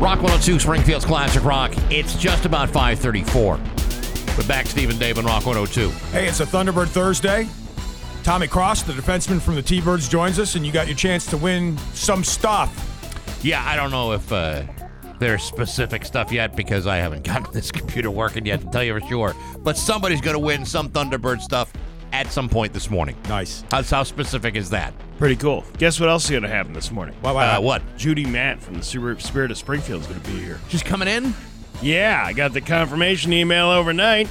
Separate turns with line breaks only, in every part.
Rock 102 Springfield's Classic Rock. It's just about 534. But back Stephen Dave and Rock 102.
Hey, it's a Thunderbird Thursday. Tommy Cross, the defenseman from the T Birds, joins us, and you got your chance to win some stuff.
Yeah, I don't know if uh, there's specific stuff yet because I haven't gotten this computer working yet to tell you for sure. But somebody's going to win some Thunderbird stuff at some point this morning.
Nice.
How, how specific is that?
Pretty cool. Guess what else is going to happen this morning?
Wow, wow.
Uh, what?
Judy Matt from the Super Spirit of Springfield is going to be here.
She's coming in?
Yeah, I got the confirmation email overnight.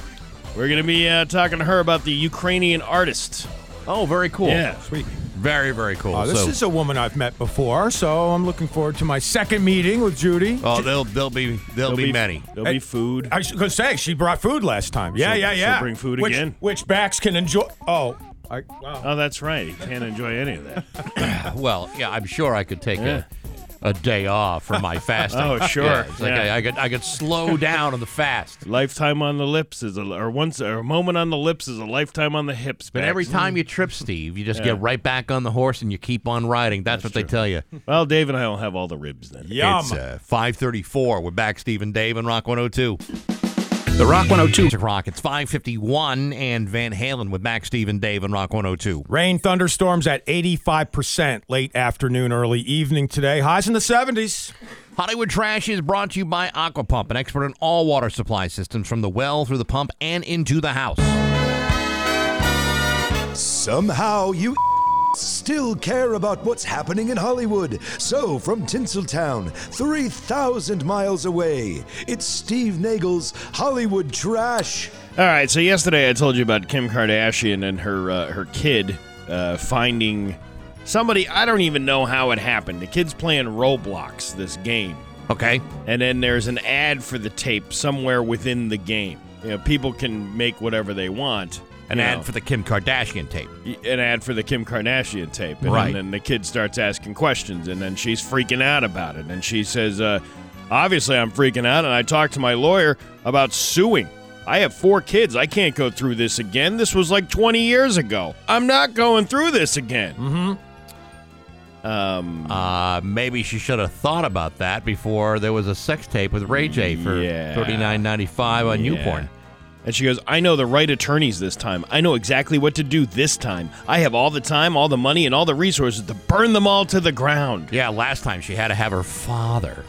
We're going to be uh, talking to her about the Ukrainian artist.
Oh, very cool.
Yeah.
Sweet.
Very, very cool.
Uh, this
So-
is a woman I've met before, so I'm looking forward to my second meeting with Judy.
oh, there'll, there'll, be, there'll,
There'll
be, many.
There'll be food.
I was gonna say she brought food last time. Yeah,
She'll-
yeah,
she'll
yeah.
bring food
which,
again.
Which backs can enjoy. Oh, I, wow.
Oh, that's right. You can't enjoy any of that.
Well, yeah, I'm sure I could take a, a day off from my fasting.
Oh, sure.
Yeah, it's like
Yeah.
I, I could I could slow down on the fast.
lifetime on the lips is a or once or a moment on the lips is a lifetime on the hips.
But
Bax.
every time you trip, Steve, you just get right back on the horse and you keep on riding. That's, what they tell you.
well, Dave and I will have all the ribs then.
Yum.
It's uh, 534. We're back, Steve and Dave, and Rock 102.
The Rock 102.
It's Rock. It's 551, and Van Halen with back, Steve and Dave, and Rock 102.
Rain thunderstorms at 85% late afternoon, early evening today. Highs in the 70s.
Hollywood Trash is brought to you by Aquapump, an expert in all water supply systems from the well through the pump and into the house.
Somehow you still care about what's happening in Hollywood. So, from Tinseltown, 3,000 miles away, it's Steve Nagel's Hollywood Trash.
All right. So yesterday I told you about Kim Kardashian and her uh, her kid uh, finding somebody. I don't even know how it happened. The kid's playing Roblox, this game,
Okay?
and then there's an ad for the tape somewhere within the game. You know, people can make whatever they want.
An
you know.
ad for the Kim Kardashian tape.
an ad for the Kim Kardashian tape. And,
Right.
then the kid starts asking questions, and then she's freaking out about it. And she says, uh, Obviously, I'm freaking out, and I talked to my lawyer about suing. I have four kids. I can't go through this again. This was like 20 years ago. I'm not going through this again. Mm hmm. Um,
Uh, maybe she should have thought about that before there was a sex tape with Ray J for
Yeah.
thirty nine ninety five on
Yeah.
YouPorn.
And she goes, I know the right attorneys this time. I know exactly what to do this time. I have all the time, all the money, and all the resources to burn them all to the ground.
Yeah, last time she had to have her father.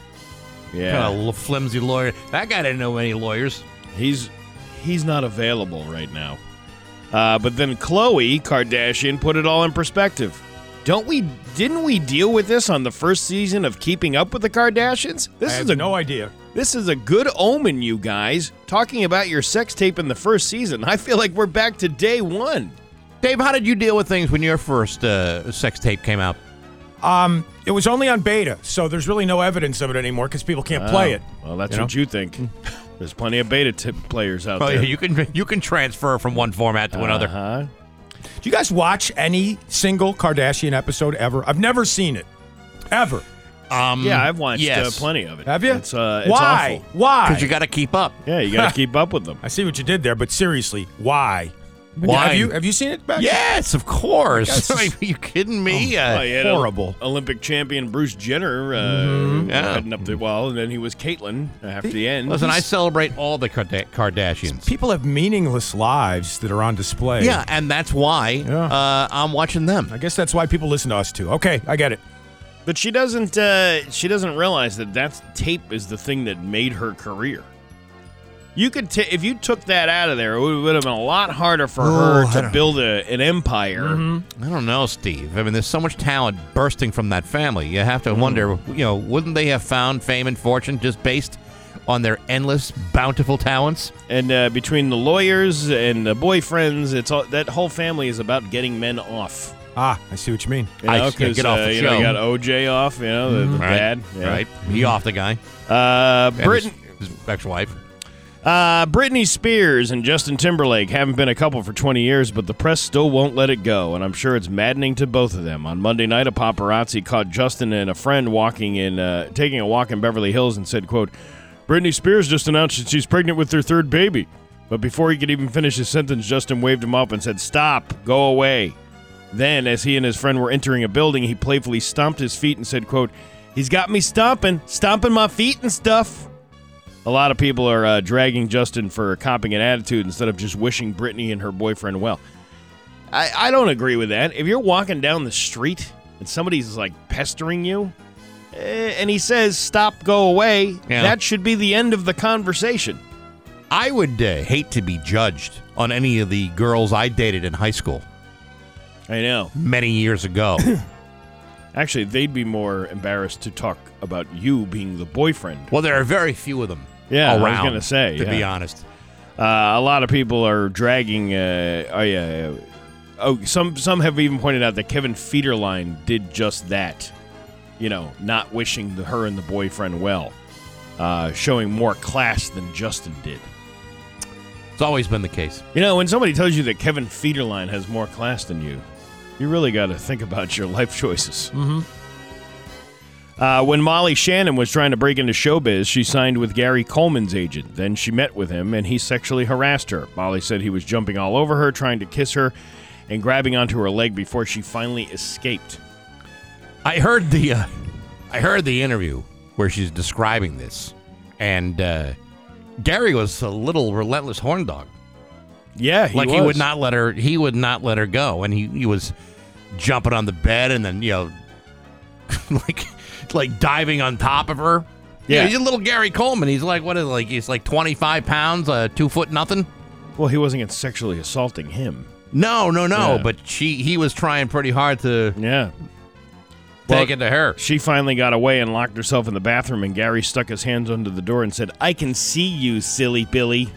Kind of flimsy lawyer. That guy didn't know any lawyers.
He's he's not available right now. Uh, but then Chloe Kardashian put it all in perspective. Don't we? Didn't we deal with this on the first season of Keeping Up with the Kardashians? This
I
is
have
a
no idea.
this is a good omen, you guys. Talking about your sex tape in the first season, I feel like we're back to day one.
Dave, how did you deal with things when your first uh, sex tape came out?
Um, it was only on beta, so there's really no evidence of it anymore because people can't play it.
Oh, Well, that's
You know? Hmm.
what you think. There's plenty of beta tip players out
Oh,
there.
yeah, you can you can transfer from one format to another.
Uh-huh.
Do you guys watch any single Kardashian episode ever? I've never seen it, ever.
Um,
Yeah, I've watched
yes.
uh, plenty of it.
Have you?
It's, uh, it's
why?
awful.
Why?
because you got to keep up.
Yeah, you got to keep up with them.
I see what you did there, but seriously, why?
Why?
Have you have you seen it? Back?
Yes, of course.
Yes.
Are you kidding me? Uh,
Oh, Well, you had
horrible.
O- Olympic champion Bruce Jenner uh,
Yeah.
heading up the well, and then he was Caitlyn after the end.
Listen, I celebrate all the Karda- Kardashians.
People have meaningless lives that are on display.
Yeah, and that's why uh, I'm watching them.
I guess that's why people listen to us too. Okay, I get it.
but she doesn't. Uh, she doesn't realize that that tape is the thing that made her career. You could, ta if you took that out of there, it would have been a lot harder for
Oh, I
her to
don't-
build a, an empire.
I don't know, Steve. I mean, there's so much talent bursting from that family. You have to
Mm.
wonder, you know, wouldn't they have found fame and fortune just based on their endless, bountiful talents?
And uh, between the lawyers and the boyfriends, it's all that whole family is about getting men off.
Ah, I see what you mean.
You
I
know,
see. Get
'cause,
off
uh,
the
you know, you
show. Mm-hmm.
got OJ off. You know, the, the dad. yeah.
Right. He off the guy.
Uh,
And
Britain.
His, his ex wife.
Uh, Britney Spears and Justin Timberlake haven't been a couple for 20 years, but the press still won't let it go, and I'm sure it's maddening to both of them. On Monday night, a paparazzi caught Justin and a friend walking in, uh, taking a walk in Beverly Hills, and said, "quote Britney Spears just announced that she's pregnant with their third baby." But before he could even finish his sentence, Justin waved him off and said, "Stop, go away." Then, as he and his friend were entering a building, he playfully stomped his feet and said, quote, He's got me stomping, stomping my feet and stuff. A lot of people are uh, dragging Justin for copping an attitude instead of just wishing Brittany and her boyfriend well. I, I don't agree with that. If you're walking down the street and somebody's like pestering you, eh, and he says, stop, go away,
Yeah.
that should be the end of the conversation.
I would uh, hate to be judged on any of the girls I dated in high school
I know.
many years ago.
Actually, they'd be more embarrassed to talk about you being the boyfriend.
well, there are very few of them.
Yeah, I was
around,
gonna say,
to be
yeah.
honest.
Uh, a lot of people are dragging. Uh, oh yeah, yeah. Oh, some some have even pointed out that Kevin Federline did just that. You know, not wishing the, her and the boyfriend well, uh, showing more class than Justin did.
It's always been the case.
You know, when somebody tells you that Kevin Federline has more class than you, you really got to think about your life choices. Mm-hmm. Uh, when Molly Shannon was trying to break into showbiz, she signed with Gary Coleman's agent. Then she met with him, and he sexually harassed her. Molly said he was jumping all over her, trying to kiss her, and grabbing onto her leg before she finally escaped.
I heard the uh, I heard the interview where she's describing this, and uh, Gary was a little relentless horn dog.
Yeah,
like he would not let her. He would not let her go, and he, he was jumping on the bed, and then you know, like like diving on top of her.
Yeah.
he's a little Gary Coleman. He's like what is it, like he's like twenty five pounds, uh, two foot nothing.
Well, he wasn't sexually assaulting him.
No, no, no.
Yeah.
But she he was trying pretty hard to
Yeah,
take it to her.
She finally got away and locked herself in the bathroom, and Gary stuck his hands under the door and said, I can see you, silly Billy.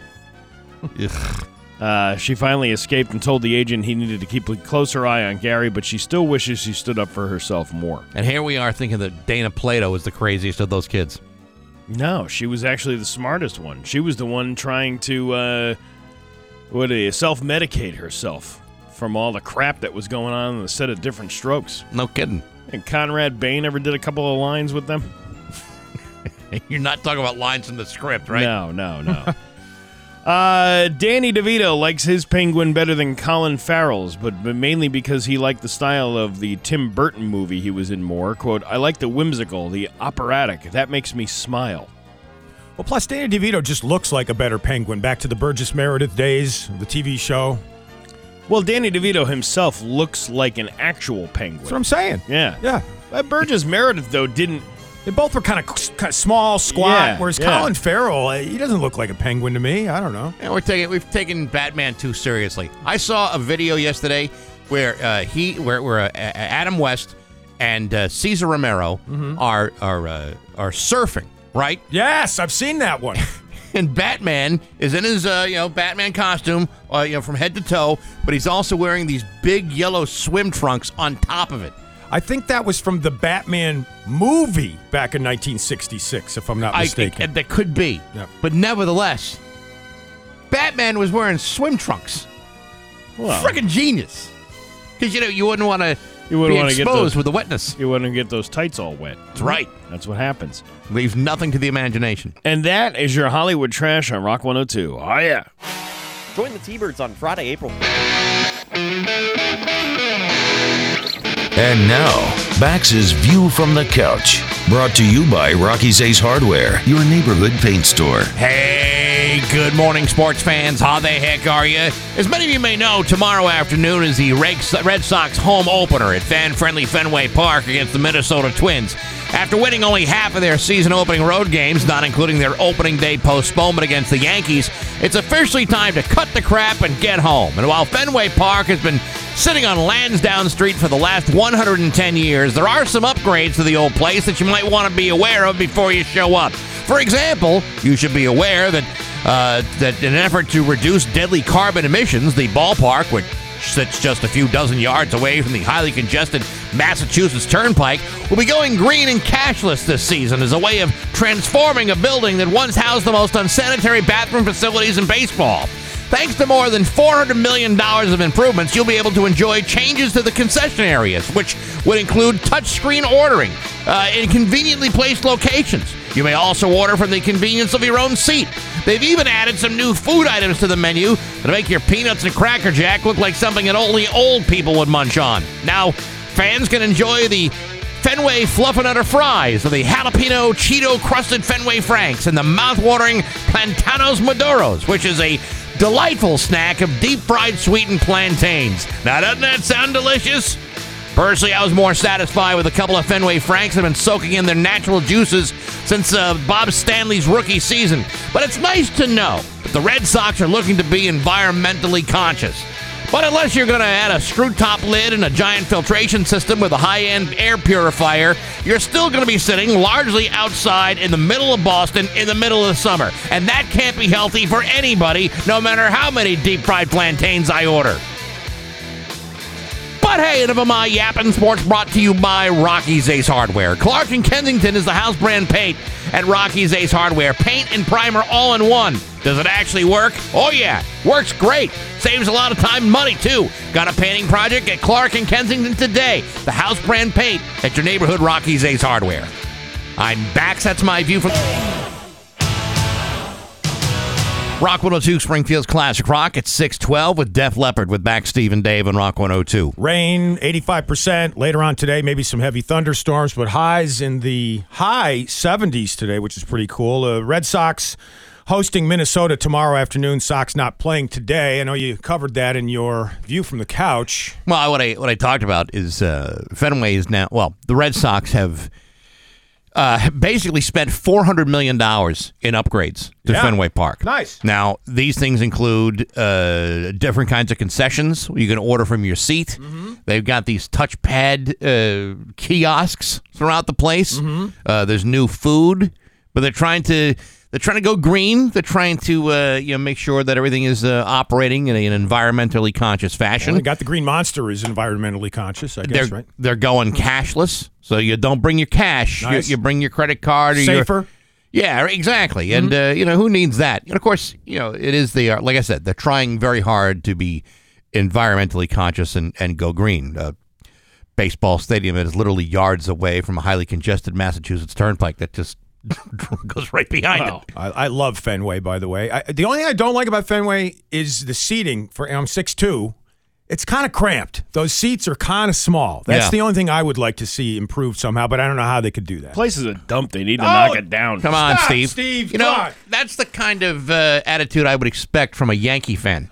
Uh, she finally escaped and told the agent he needed to keep a closer eye on Gary, but she still wishes she stood up for herself more.
And here we are thinking that Dana Plato is the craziest of those kids.
No, she was actually the smartest one. She was the one trying to, uh, what do you, self medicate herself from all the crap that was going on in the set of different strokes.
No kidding.
And Conrad Bain ever did a couple of lines with them?
You're not talking about lines in the script, right?
No, no, no. uh, Danny DeVito likes his penguin better than Colin Farrell's, but, but mainly because he liked the style of the Tim Burton movie he was in more. Quote, I like the whimsical, the operatic. That makes me smile.
Well, plus Danny DeVito just looks like a better penguin. Back to the Burgess Meredith days, the TV show.
Well, Danny DeVito himself looks like an actual
That's what I'm
penguin.
saying.
Yeah.
Yeah.
Uh, Burgess Meredith, though, didn't.
They both were kind of kind of small, squat.
Yeah,
whereas
yeah.
Colin Farrell, uh, he doesn't look like a penguin to me. I don't know.
And we're taking we've taken Batman too seriously. I saw a video yesterday where uh, he where where uh, A- A- Adam West and uh, Cesar Romero are are uh, are surfing, right?
Yes, I've seen that one.
And Batman is in his uh, you know Batman costume, uh, you know from head to toe, but he's also wearing these big yellow swim trunks on top of it.
I think that was from the Batman movie back in 1966, if I'm not
I
mistaken.
that could be,
Yeah.
but nevertheless, Batman was wearing swim trunks.
Well,
Freaking genius. Because you know you wouldn't want to
You wouldn't
be
wanna get
exposed
those-
with the wetness.
you wouldn't get those tights all wet.
That's right.
That's what happens.
Leaves nothing to the imagination.
And that is your Hollywood trash on Rock 102. Oh, yeah.
Join the T-Birds on Friday, April
And now, Bax's View from the Couch. Brought to you by Rocky's Ace Hardware, your neighborhood paint store.
Hey, good morning, sports fans. How the heck are you? As many of you may know, tomorrow afternoon is the Reg- Red Sox home opener at fan friendly Fenway Park against the Minnesota Twins. After winning only half of their season opening road games, not including their opening day postponement against the Yankees, it's officially time to cut the crap and get home. And while Fenway Park has been sitting on Lansdowne Street for the last 110 years, there are some upgrades to the old place that you might want to be aware of before you show up. For example, you should be aware that uh, that in an effort to reduce deadly carbon emissions, the ballpark, which sits just a few dozen yards away from the highly congested Massachusetts Turnpike, will be going green and cashless this season as a way of transforming a building that once housed the most unsanitary bathroom facilities in baseball. Thanks to more than $400 million of improvements, you'll be able to enjoy changes to the concession areas, which would include touchscreen ordering uh, in conveniently placed locations. You may also order from the convenience of your own seat. They've even added some new food items to the menu that make your peanuts and Cracker Jack look like something that only old people would munch on. Now, fans can enjoy the Fenway Fluffernutter Fries with the jalapeno Cheeto crusted Fenway Franks and the mouth-watering Plantanos Maduros, which is a delightful snack of deep fried sweetened plantains. Now, doesn't that sound delicious? Personally, I was more satisfied with a couple of Fenway Franks that have been soaking in their natural juices since uh, Bob Stanley's rookie season. But it's nice to know that the Red Sox are looking to be environmentally conscious. But unless you're going to add a screw top lid and a giant filtration system with a high end air purifier, you're still going to be sitting largely outside in the middle of Boston in the middle of the summer. And that can't be healthy for anybody, no matter how many deep fried plantains I order. But hey, enough of my yapping sports brought to you by Rocky's Ace Hardware. Clark and Kensington is the house brand paint at Rocky's Ace Hardware. Paint and primer all in one. Does it actually work? Oh yeah, works great. Saves a lot of time and money too. Got a painting project at Clark and Kensington today. The house brand paint at your neighborhood Rocky's Ace Hardware. I'm back. That's my view from Rock 102 Springfield's Classic Rock at 612 with Def Leppard with back Steve and Dave on Rock 102.
Rain, 85%. Later on today, maybe some heavy thunderstorms, but highs in the high 70s today, which is pretty cool. Uh, Red Sox hosting Minnesota tomorrow afternoon. Sox not playing today. I know you covered that in your view from the couch.
Well, what I what I talked about is uh, Fenway is now. Well, the Red Sox have uh, basically spent four hundred million dollars in upgrades to
Yeah.
Fenway Park.
Nice.
Now these things include uh, different kinds of concessions you can order from your seat.
Mm-hmm.
They've got these touchpad uh, kiosks throughout the place.
Mm-hmm.
Uh, there's new food, but they're trying to. They're trying to go green. They're trying to, uh, you know, make sure that everything is uh, operating in an environmentally conscious fashion
We got the Green Monster is environmentally conscious, I
they're
guess, right?
they're going cashless, so you don't bring your cash. You-
Nice.
You, bring your credit card or your-
Safer. Mm-hmm.
yeah, exactly. And uh, you know who needs that? And of course, you know it is the uh, like I said, they're trying very hard to be environmentally conscious and and go green. Uh, baseball stadium that is literally yards away from a highly congested Massachusetts Turnpike that just goes right behind it.
I, I love Fenway, by the way. I, the only thing I don't like about Fenway is the seating for, and I'm 6'2. It's kind of cramped. Those seats are kind of small. That's
Yeah.
the only thing I would like to see improved somehow, but I don't know how they could do that.
Place is a dump. They need to knock it down.
Oh, Come on,
Stop,
Steve.
Steve,
You know
come on.
that's the kind of uh, attitude I would expect from a Yankee fan.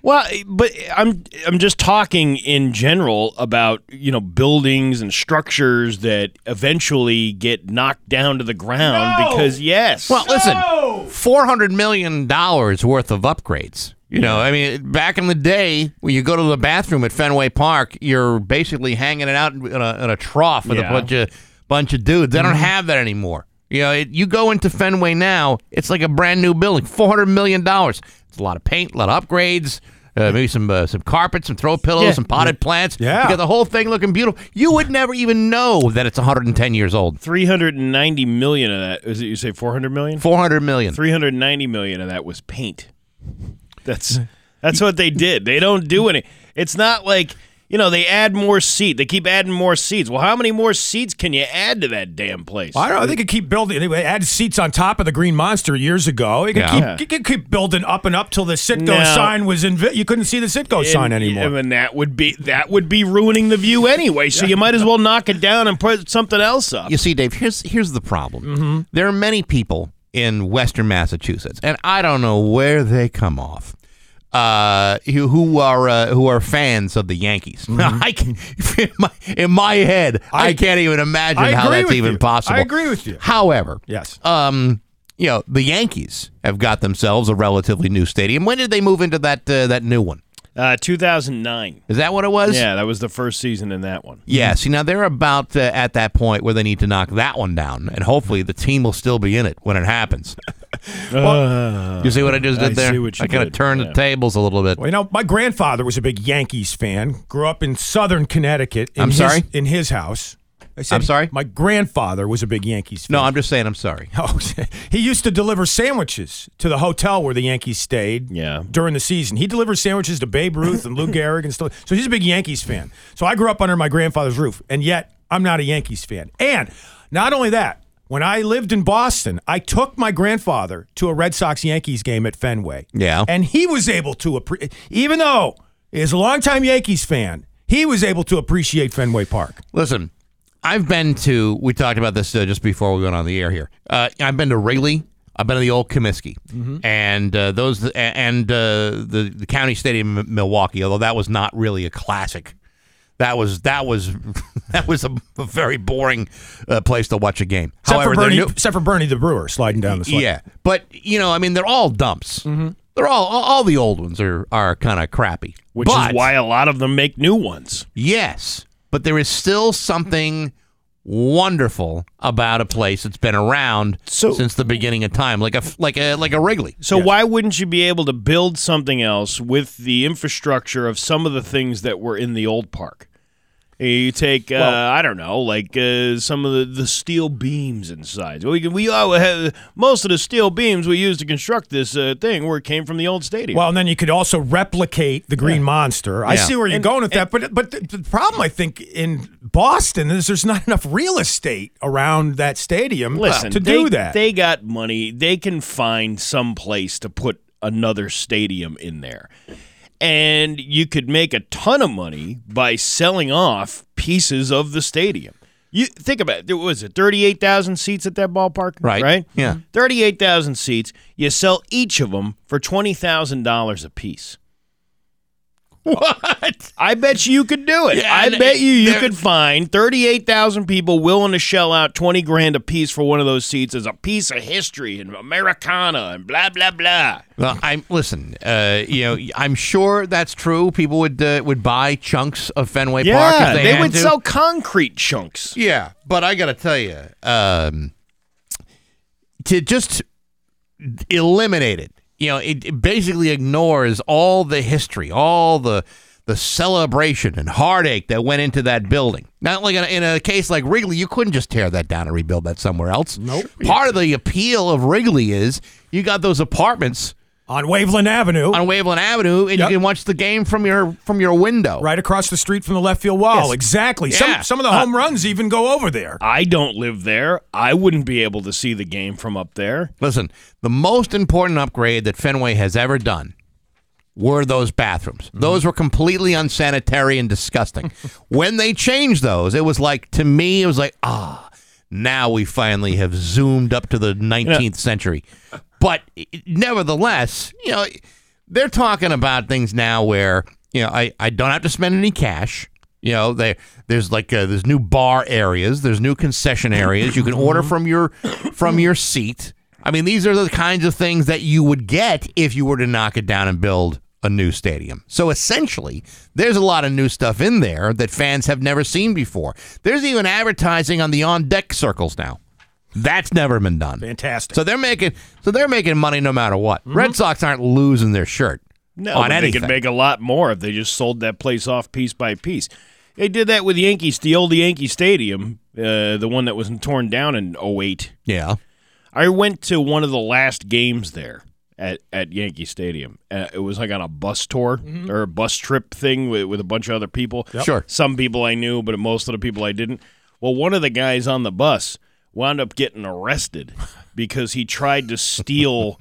Well, but I'm I'm just talking in general about you know buildings and structures that eventually get knocked down to the ground because yes,
Well, listen, four hundred million dollars worth of upgrades. You know, I mean, back in the day, when you go to the bathroom at Fenway Park, you're basically hanging it out in a, in a trough with
Yeah.
a bunch of bunch of dudes. They don't have that anymore. You know, it, you go into Fenway now, it's like a brand new building, four hundred million dollars. It's a lot of paint, a lot of upgrades. Uh, maybe some uh, some carpets, some throw pillows, some potted plants.
Yeah.
you got the whole thing looking beautiful. You would never even know that it's 110 years old.
three hundred and ninety million of that is it? You say four hundred million?
400 million.
Three hundred ninety million of that was paint. That's that's what they did. They don't do any. It's not like you know they add more seat. They keep adding more seats. Well, how many more seats can you add to that damn place?
I don't know. They could keep building. They added seats on top of the Green Monster years ago. They could,
Yeah.
keep, they could keep building up and up till the Sitco
No.
sign was in. You couldn't see the Sitco sign
And-
anymore.
And, that would be that would be ruining the view anyway. So you might as well knock it down and put something else up.
You see, Dave, here's here's the problem.
Mm-hmm.
There are many people in Western Massachusetts, and I don't know where they come off, uh, who, who are uh, who are fans of the Yankees. I can, in, my, in my head, I,
Mm-hmm. I-
can't even imagine
I
how
agree
that's
with
even
you.
possible.
I agree with you.
However,
Yes.
um, you know, the Yankees have got themselves a relatively new stadium. When did they move into that uh, that new one?
Uh, 2009.
Is that what it was?
Yeah, that was the first season in that one.
Yeah, see, now they're about uh, at that point where they need to knock that one down, and hopefully the team will still be in it when it happens. you see what I just did
Uh, I
there?
see what you
I kind of
did,
turned the
yeah.
tables a little bit.
Well, you know, my grandfather was a big Yankees fan. Grew up in Southern Connecticut. In
I'm
his,
sorry?
In his house. I said,
I'm sorry?
My grandfather was a big Yankees fan.
No, I'm just saying I'm sorry.
Oh, he used to deliver sandwiches to the hotel where the Yankees stayed.
Yeah.
During the season, he delivered sandwiches to Babe Ruth and Lou Gehrig and stuff. So he's a big Yankees fan. So I grew up under my grandfather's roof, and yet I'm not a Yankees fan. And not only that, when I lived in Boston, I took my grandfather to a Red Sox Yankees game at Fenway.
Yeah.
And he was able to appreciate, even though he is a longtime Yankees fan, he was able to appreciate Fenway Park.
Listen, I've been to. We talked about this uh, just before we went on the air here. Uh, I've been to Wrigley. I've been to the old Comiskey, and uh, those a- and uh, the the county stadium in Milwaukee. Although that was not really a classic. That was that was that was a, a very boring uh, place to watch a game.
Except for,
their
Bernie,
new-
except for Bernie the Brewer sliding down the slide.
yeah, but you know, I mean, they're all dumps. They're all, all all the old ones are are kind of crappy.
Which
But-
is why a lot of them make new ones.
Yes, but there is still something wonderful about a place that's been around
So-
since the beginning of time, like a like a like a Wrigley.
So why wouldn't you be able to build something else with the infrastructure of some of the things that were in the old park? You take, uh, I don't know, like uh, some of the, the steel beams inside. We can, we all have, most of the steel beams we used to construct this uh, thing where it came from the old stadium.
Well, and then you could also replicate the Green Monster. I
Yeah.
see where you're going with that, but but the, the problem I think in Boston is there's not enough real estate around that stadium
Listen,
to
they,
do that.
They got money. They can find some place to put another stadium in there. And you could make a ton of money by selling off pieces of the stadium. You think about it. There was it 38,000 seats at that ballpark,
Right.
Right?
Yeah.
38,000 seats. You sell each of them for $20,000 a piece.
What?
I bet you you could do it.
Yeah,
I
and
bet you you
there-
could find 38,000 people willing to shell out 20 grand a piece for one of those seats as a piece of history and Americana and blah blah blah.
Well, I'm listen. Uh, you know, I'm sure that's true. People would uh, would buy chunks of Fenway Park.
Yeah,
if they,
they,
had
would
to.
sell concrete chunks.
Yeah, but I got to tell you, um, to just eliminate it, you know, it, it basically ignores all the history, all the the celebration and heartache that went into that building. Not like in a, in a case like Wrigley, you couldn't just tear that down and rebuild that somewhere else. Nope. Part of the appeal of Wrigley is you got those apartments
on Waveland Avenue,
on Waveland Avenue, and
Yep.
you can watch the game from your from your window.
right across the street from the left field wall.
Yes.
Exactly.
Yeah.
Some some of the home runs even go over there.
I don't live there. I wouldn't be able to see the game from up there.
Listen, the most important upgrade that Fenway has ever done were those bathrooms. Those were completely unsanitary and disgusting. when they changed those, it was like to me, it was like ah, now we finally have zoomed up to the 19th century. But i- nevertheless, you know, they're talking about things now where you know I, I don't have to spend any cash. You know, they, there's like uh, there's new bar areas, there's new concession areas. You can order from your from your seat. I mean, these are the kinds of things that you would get if you were to knock it down and build a new stadium. So essentially, there's a lot of new stuff in there that fans have never seen before. There's even advertising on the on deck circles now. That's never been done.
Fantastic.
So they're making so they're making money no matter what. Red Sox aren't losing their shirt
No,
on
but they
anything.
could make a lot more if they just sold that place off piece by piece. They did that with the Yankees, the old Yankee Stadium, uh, the one that was torn down in 08.
yeah.
I went to one of the last games there at, at Yankee Stadium. Uh, it was like on a bus tour or a bus trip thing with, with a bunch of other people.
Sure.
Some people I knew, but most of the people I didn't. Well, one of the guys on the bus wound up getting arrested because he tried to steal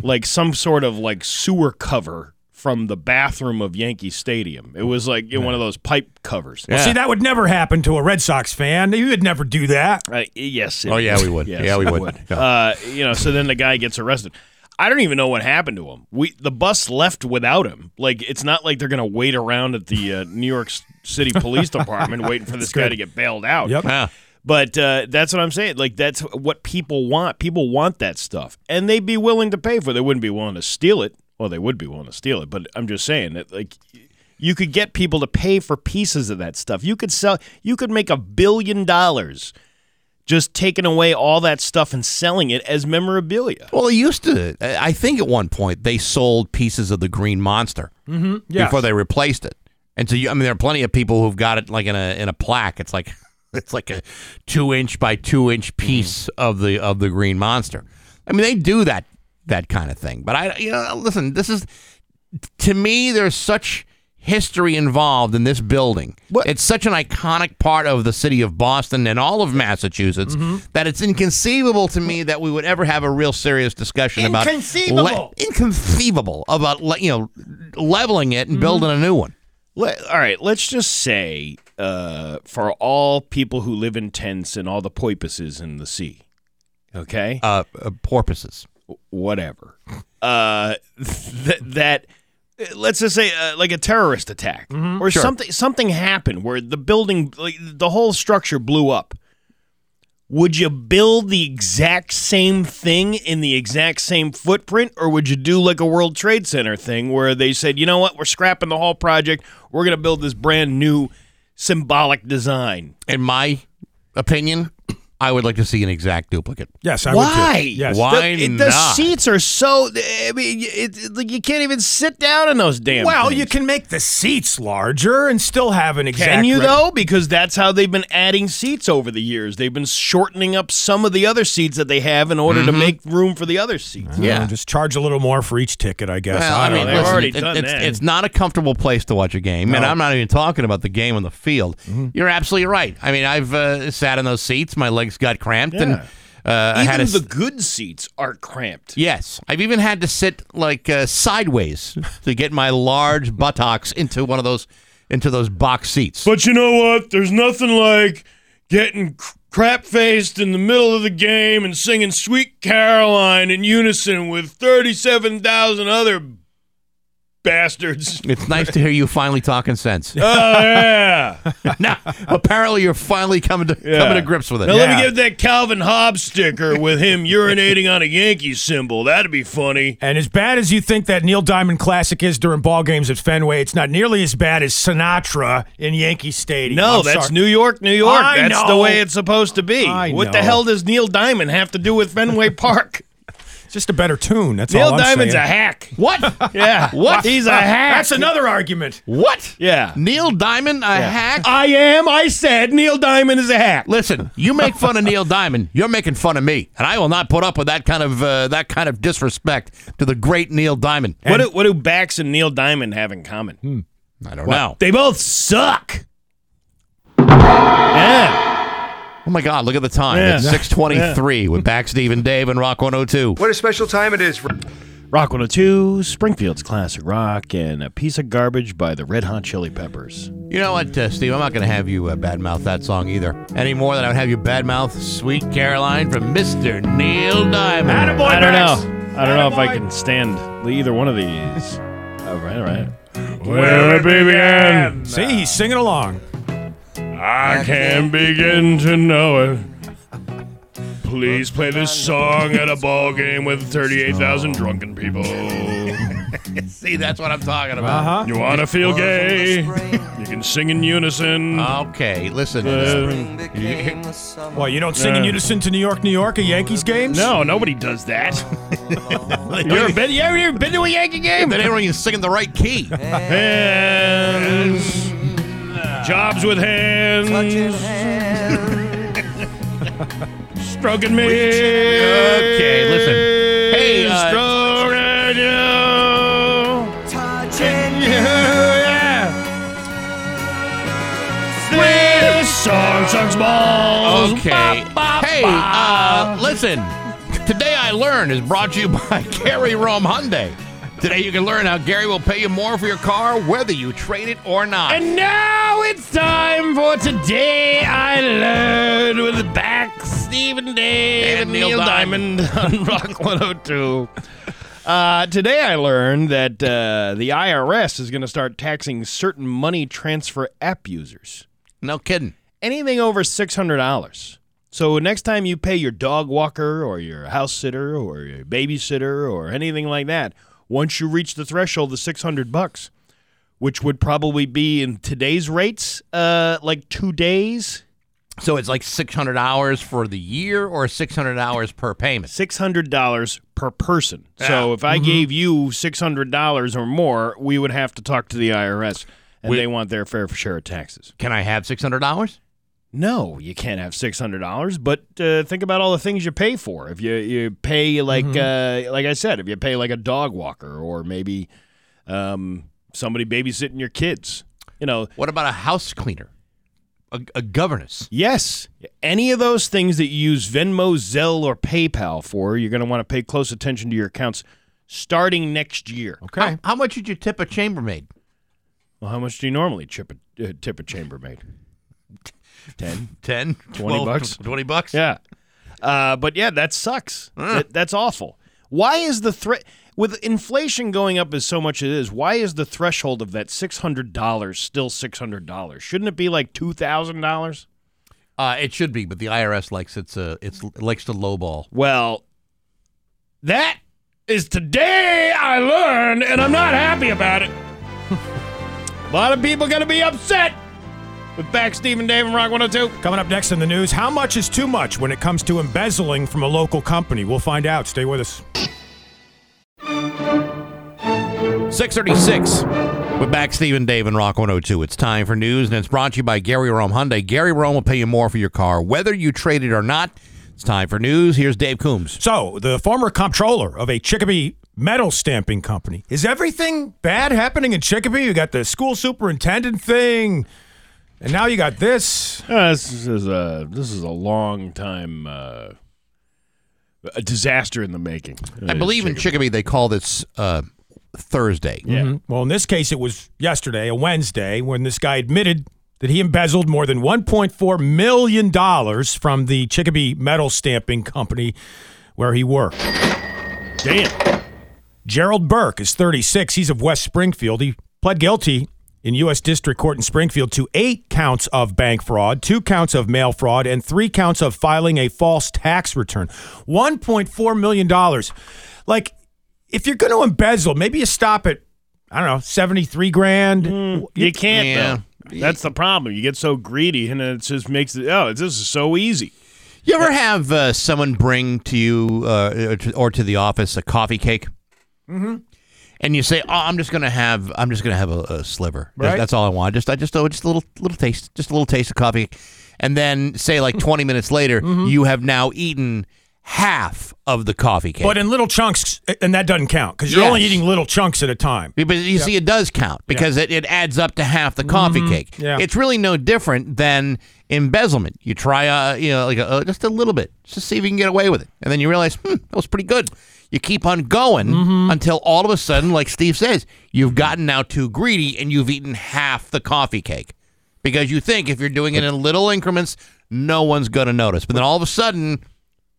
like some sort of like sewer cover from the bathroom of Yankee Stadium. It was like you know, one of those pipe covers.
Well, see, that would never happen to a Red Sox fan. You would never do that.
Uh, yes. it
Oh yeah, we would.
Yes,
yeah, we
it
would. Yeah.
Uh, you know, so then the guy gets arrested. I don't even know what happened to him. We the bus left without him. Like it's not like they're gonna wait around at the uh, New York City Police Department waiting for this guy to get bailed out.
Yep.
Yeah.
But uh, that's what I'm saying. Like that's what people want. People want that stuff, and they'd be willing to pay for. it. They wouldn't be willing to steal it. Well, they would be willing to steal it, but I'm just saying that like you could get people to pay for pieces of that stuff. You could sell. You could make a billion dollars just taking away all that stuff and selling it as memorabilia.
Well, they used to. I I think at one point they sold pieces of the Green Monster
Yes.
before they replaced it. And so, you, I mean, there are plenty of people who've got it like in a in a plaque. It's like it's like a two inch by two inch piece of the of the Green Monster. I mean, they do that that kind of thing. But I, you know, listen, this is to me. There's such history involved in this building. It's such an iconic part of the city of Boston and all of Massachusetts that it's inconceivable to me that we would ever have a real serious discussion about
Inconceivable.
le- inconceivable about le- you know leveling it and building a new one.
Le- all right, let's just say uh, for all people who live in tents and all the porpoises in the sea. Okay?
Uh, uh, porpoises.
whatever. Uh, th- that let's just say uh, like a terrorist attack or something something happened where the building like, the whole structure blew up. Would you build the exact same thing in the exact same footprint, or would you do like a World Trade Center thing where they said, you know what, we're scrapping the whole project, we're going to build this brand new symbolic design?
In my opinion, I would like to see an exact duplicate.
Yes, I
Why?
would too. Yes.
Why?
the, it- the
not?
seats are so. I mean, it, it- like you can't even sit down in those damn.
Well,
things.
you can make the seats larger and still have an exact.
Can you
rep-
though? Because that's how they've been adding seats over the years. They've been shortening up some of the other seats that they have in order to make room for the other seats.
I don't know,
Yeah.
Just charge a little more for each ticket, I guess.
Well,
I
I
don't
mean,
know.
They've
listen,
already
it-
done
it's,
that.
it's not a comfortable place to watch a game, and I'm not even talking about the game on the field.
Mm-hmm.
You're absolutely right. I mean, I've uh, sat in those seats, my legs got cramped, and uh, I had
Even
a
the good seats are cramped.
yes, I've even had to sit like uh, sideways to get my large buttocks into one of those into those box seats.
But you know what? There's nothing like getting crap faced in the middle of the game and singing Sweet Caroline in unison with 37,000 other bastards.
it's nice to hear you finally talking sense.
Oh, yeah.
now, apparently, you're finally coming to coming to grips with it.
Now let me
Yeah.
get that Calvin Hobbs sticker with him urinating on a Yankee symbol. That'd be funny.
And as bad as you think that Neil Diamond Classic is during ball games at Fenway, it's not nearly as bad as Sinatra in Yankee Stadium.
No,
I'm
that's
sorry.
New York, New York.
I
that's
know.
the way it's supposed to be.
I
what the
know.
hell does Neil Diamond have to do with Fenway Park?
It's just a better tune. That's all
Neil
I'm
Diamond's
saying.
a hack. What? Yeah. what? He's a hack.
That's another argument.
What?
Yeah.
Neil Diamond, a hack.
I am. I said Neil Diamond is a hack.
Listen, you make fun of Neil Diamond, you're making fun of me, and I will not put up with that kind of uh, that kind of disrespect to the great Neil Diamond.
What do, what do Bax and Neil Diamond have in common?
I don't know.
They both suck. Yeah.
Oh my God, look at the time.
Yeah.
It's six twenty-three with Back Steve and Dave and Rock One Hundred Two.
What a special time it is.
Rock 102, Springfield's classic rock, and a piece of garbage by the Red Hot Chili Peppers.
You know what, uh, Steve? I'm not going to have you uh, badmouth that song either any more than I would have you badmouth "Sweet Caroline" from Mister Neil Diamond.
Attaboy,
I don't
Max.
know. I don't know if I
Attaboy.
can stand either one of these. All right, all right. Where it began,
See, he's singing along.
I can't begin to know it. Please play this song at a ball game with 38,000 drunken people.
See, that's what I'm talking about.
Uh huh.
You want to feel gay? You can sing in unison.
Okay, listen.
Uh,
Well, you don't sing in
Yeah.
unison to New York, New York, a Yankees games?
no, Oh, nobody does that. you ever been, you ever- you ever been to a Yankee game?
they don't even sing in the right key.
Hands. Jobs with hands. Stroking me.
Okay, listen. Hey, uh,
Stroking you. Touching you. Yeah. This song sucks balls.
Okay. hey, uh, listen. Today I Learned is brought to you by Gary Rome Hyundai. Today you can learn how Gary will pay you more for your car, whether you trade it or not.
And now it's time for Today I Learned with back Stephen Dave
And
and,
Neil
Neil, Diamond. on Rock 102. Uh, today I learned that uh, the IRS is going to start taxing certain money transfer app users.
no kidding.
Anything over $600. So next time you pay your dog walker or your house sitter or your babysitter or anything like that, once you reach the threshold of 600 bucks, which would probably be in today's rates, uh, like two days,
So it's like six hundred hours for the year, or six hundred hours per payment.
six hundred dollars per person. So if I gave you six hundred dollars or more, we would have to talk to the IRS, and they want their fair share of taxes.
Can I have six hundred dollars?
No, you can't have six hundred dollars. But uh, think about all the things you pay for. If you you pay like uh, like I said, if you pay like a dog walker or maybe um, somebody babysitting your kids, you know.
What about a house cleaner, a, a governess?
Yes, any of those things that you use Venmo, Zelle, or PayPal for, you're going to want to pay close attention to your accounts starting next year.
Okay.
How, how much did you tip a chambermaid?
Well, how much do you normally chip a, uh, tip a chambermaid? ten.
10,
20
12,
bucks.
tw- 20 bucks?
Yeah. Uh, but yeah, that sucks. That, that's awful. Why is the threat with inflation going up as so much it is? Why is the threshold of that six hundred dollars still six hundred dollars? Shouldn't it be like two thousand dollars?
Uh, it should be, but the IRS likes it's uh, it's likes to lowball.
Well, that is today I learned, and I'm not happy about it. A lot of people gonna be upset with back Stephen Dave and Rock 102.
Coming up next in the news, how much is too much when it comes to embezzling from a local company? We'll find out. Stay with us.
636. We're back, Stephen, Dave, and Rock 102. It's time for news, and it's brought to you by Gary Rome Hyundai. Gary Rome will pay you more for your car, whether you trade it or not. It's time for news. Here's Dave Coombs.
So, the former comptroller of a Chicopee metal stamping company. Is everything bad happening in Chicopee? You got the school superintendent thing, and now you got this.
Uh, this is a this is a long time uh, a disaster in the making.
I believe in Chicopee they call this uh, Thursday.
Yeah.
Well, in this case, it was yesterday, a Wednesday, when this guy admitted that he embezzled more than $1.4 million from the Chicopee metal stamping company where he worked.
Damn.
Gerald Burke is 36. He's of West Springfield. He pled guilty in U.S. District Court in Springfield to eight counts of bank fraud, two counts of mail fraud, and three counts of filing a false tax return. $1.4 million. Like, if you're going to embezzle, maybe you stop at, I don't know, 73 grand.
You can't
Yeah.
though. That's the problem. You get so greedy, and it just makes it. Oh, this is so easy.
You ever have uh, someone bring to you uh, or to- or to the office a coffee cake? Mm-hmm. And you say, "Oh, I'm just gonna have, I'm just gonna have a, a sliver. That's-
Right.
That's all I want. Just, I just, oh, just a little, little taste, just a little taste of coffee." And then say, like 20 minutes later, you have now eaten half of the coffee cake.
But in little chunks, and that doesn't count because you're
Yes.
only eating little chunks at a time.
But you see, it does count because it, it adds up to half the coffee cake.
Yeah.
It's really no different than embezzlement. You try, uh, you know, like a, uh, just a little bit, just to see if you can get away with it, and then you realize, hmm, that was pretty good. You keep on going until all of a sudden, like Steve says, you've gotten now too greedy and you've eaten half the coffee cake because you think if you're doing it in little increments, no one's going to notice. But then all of a sudden,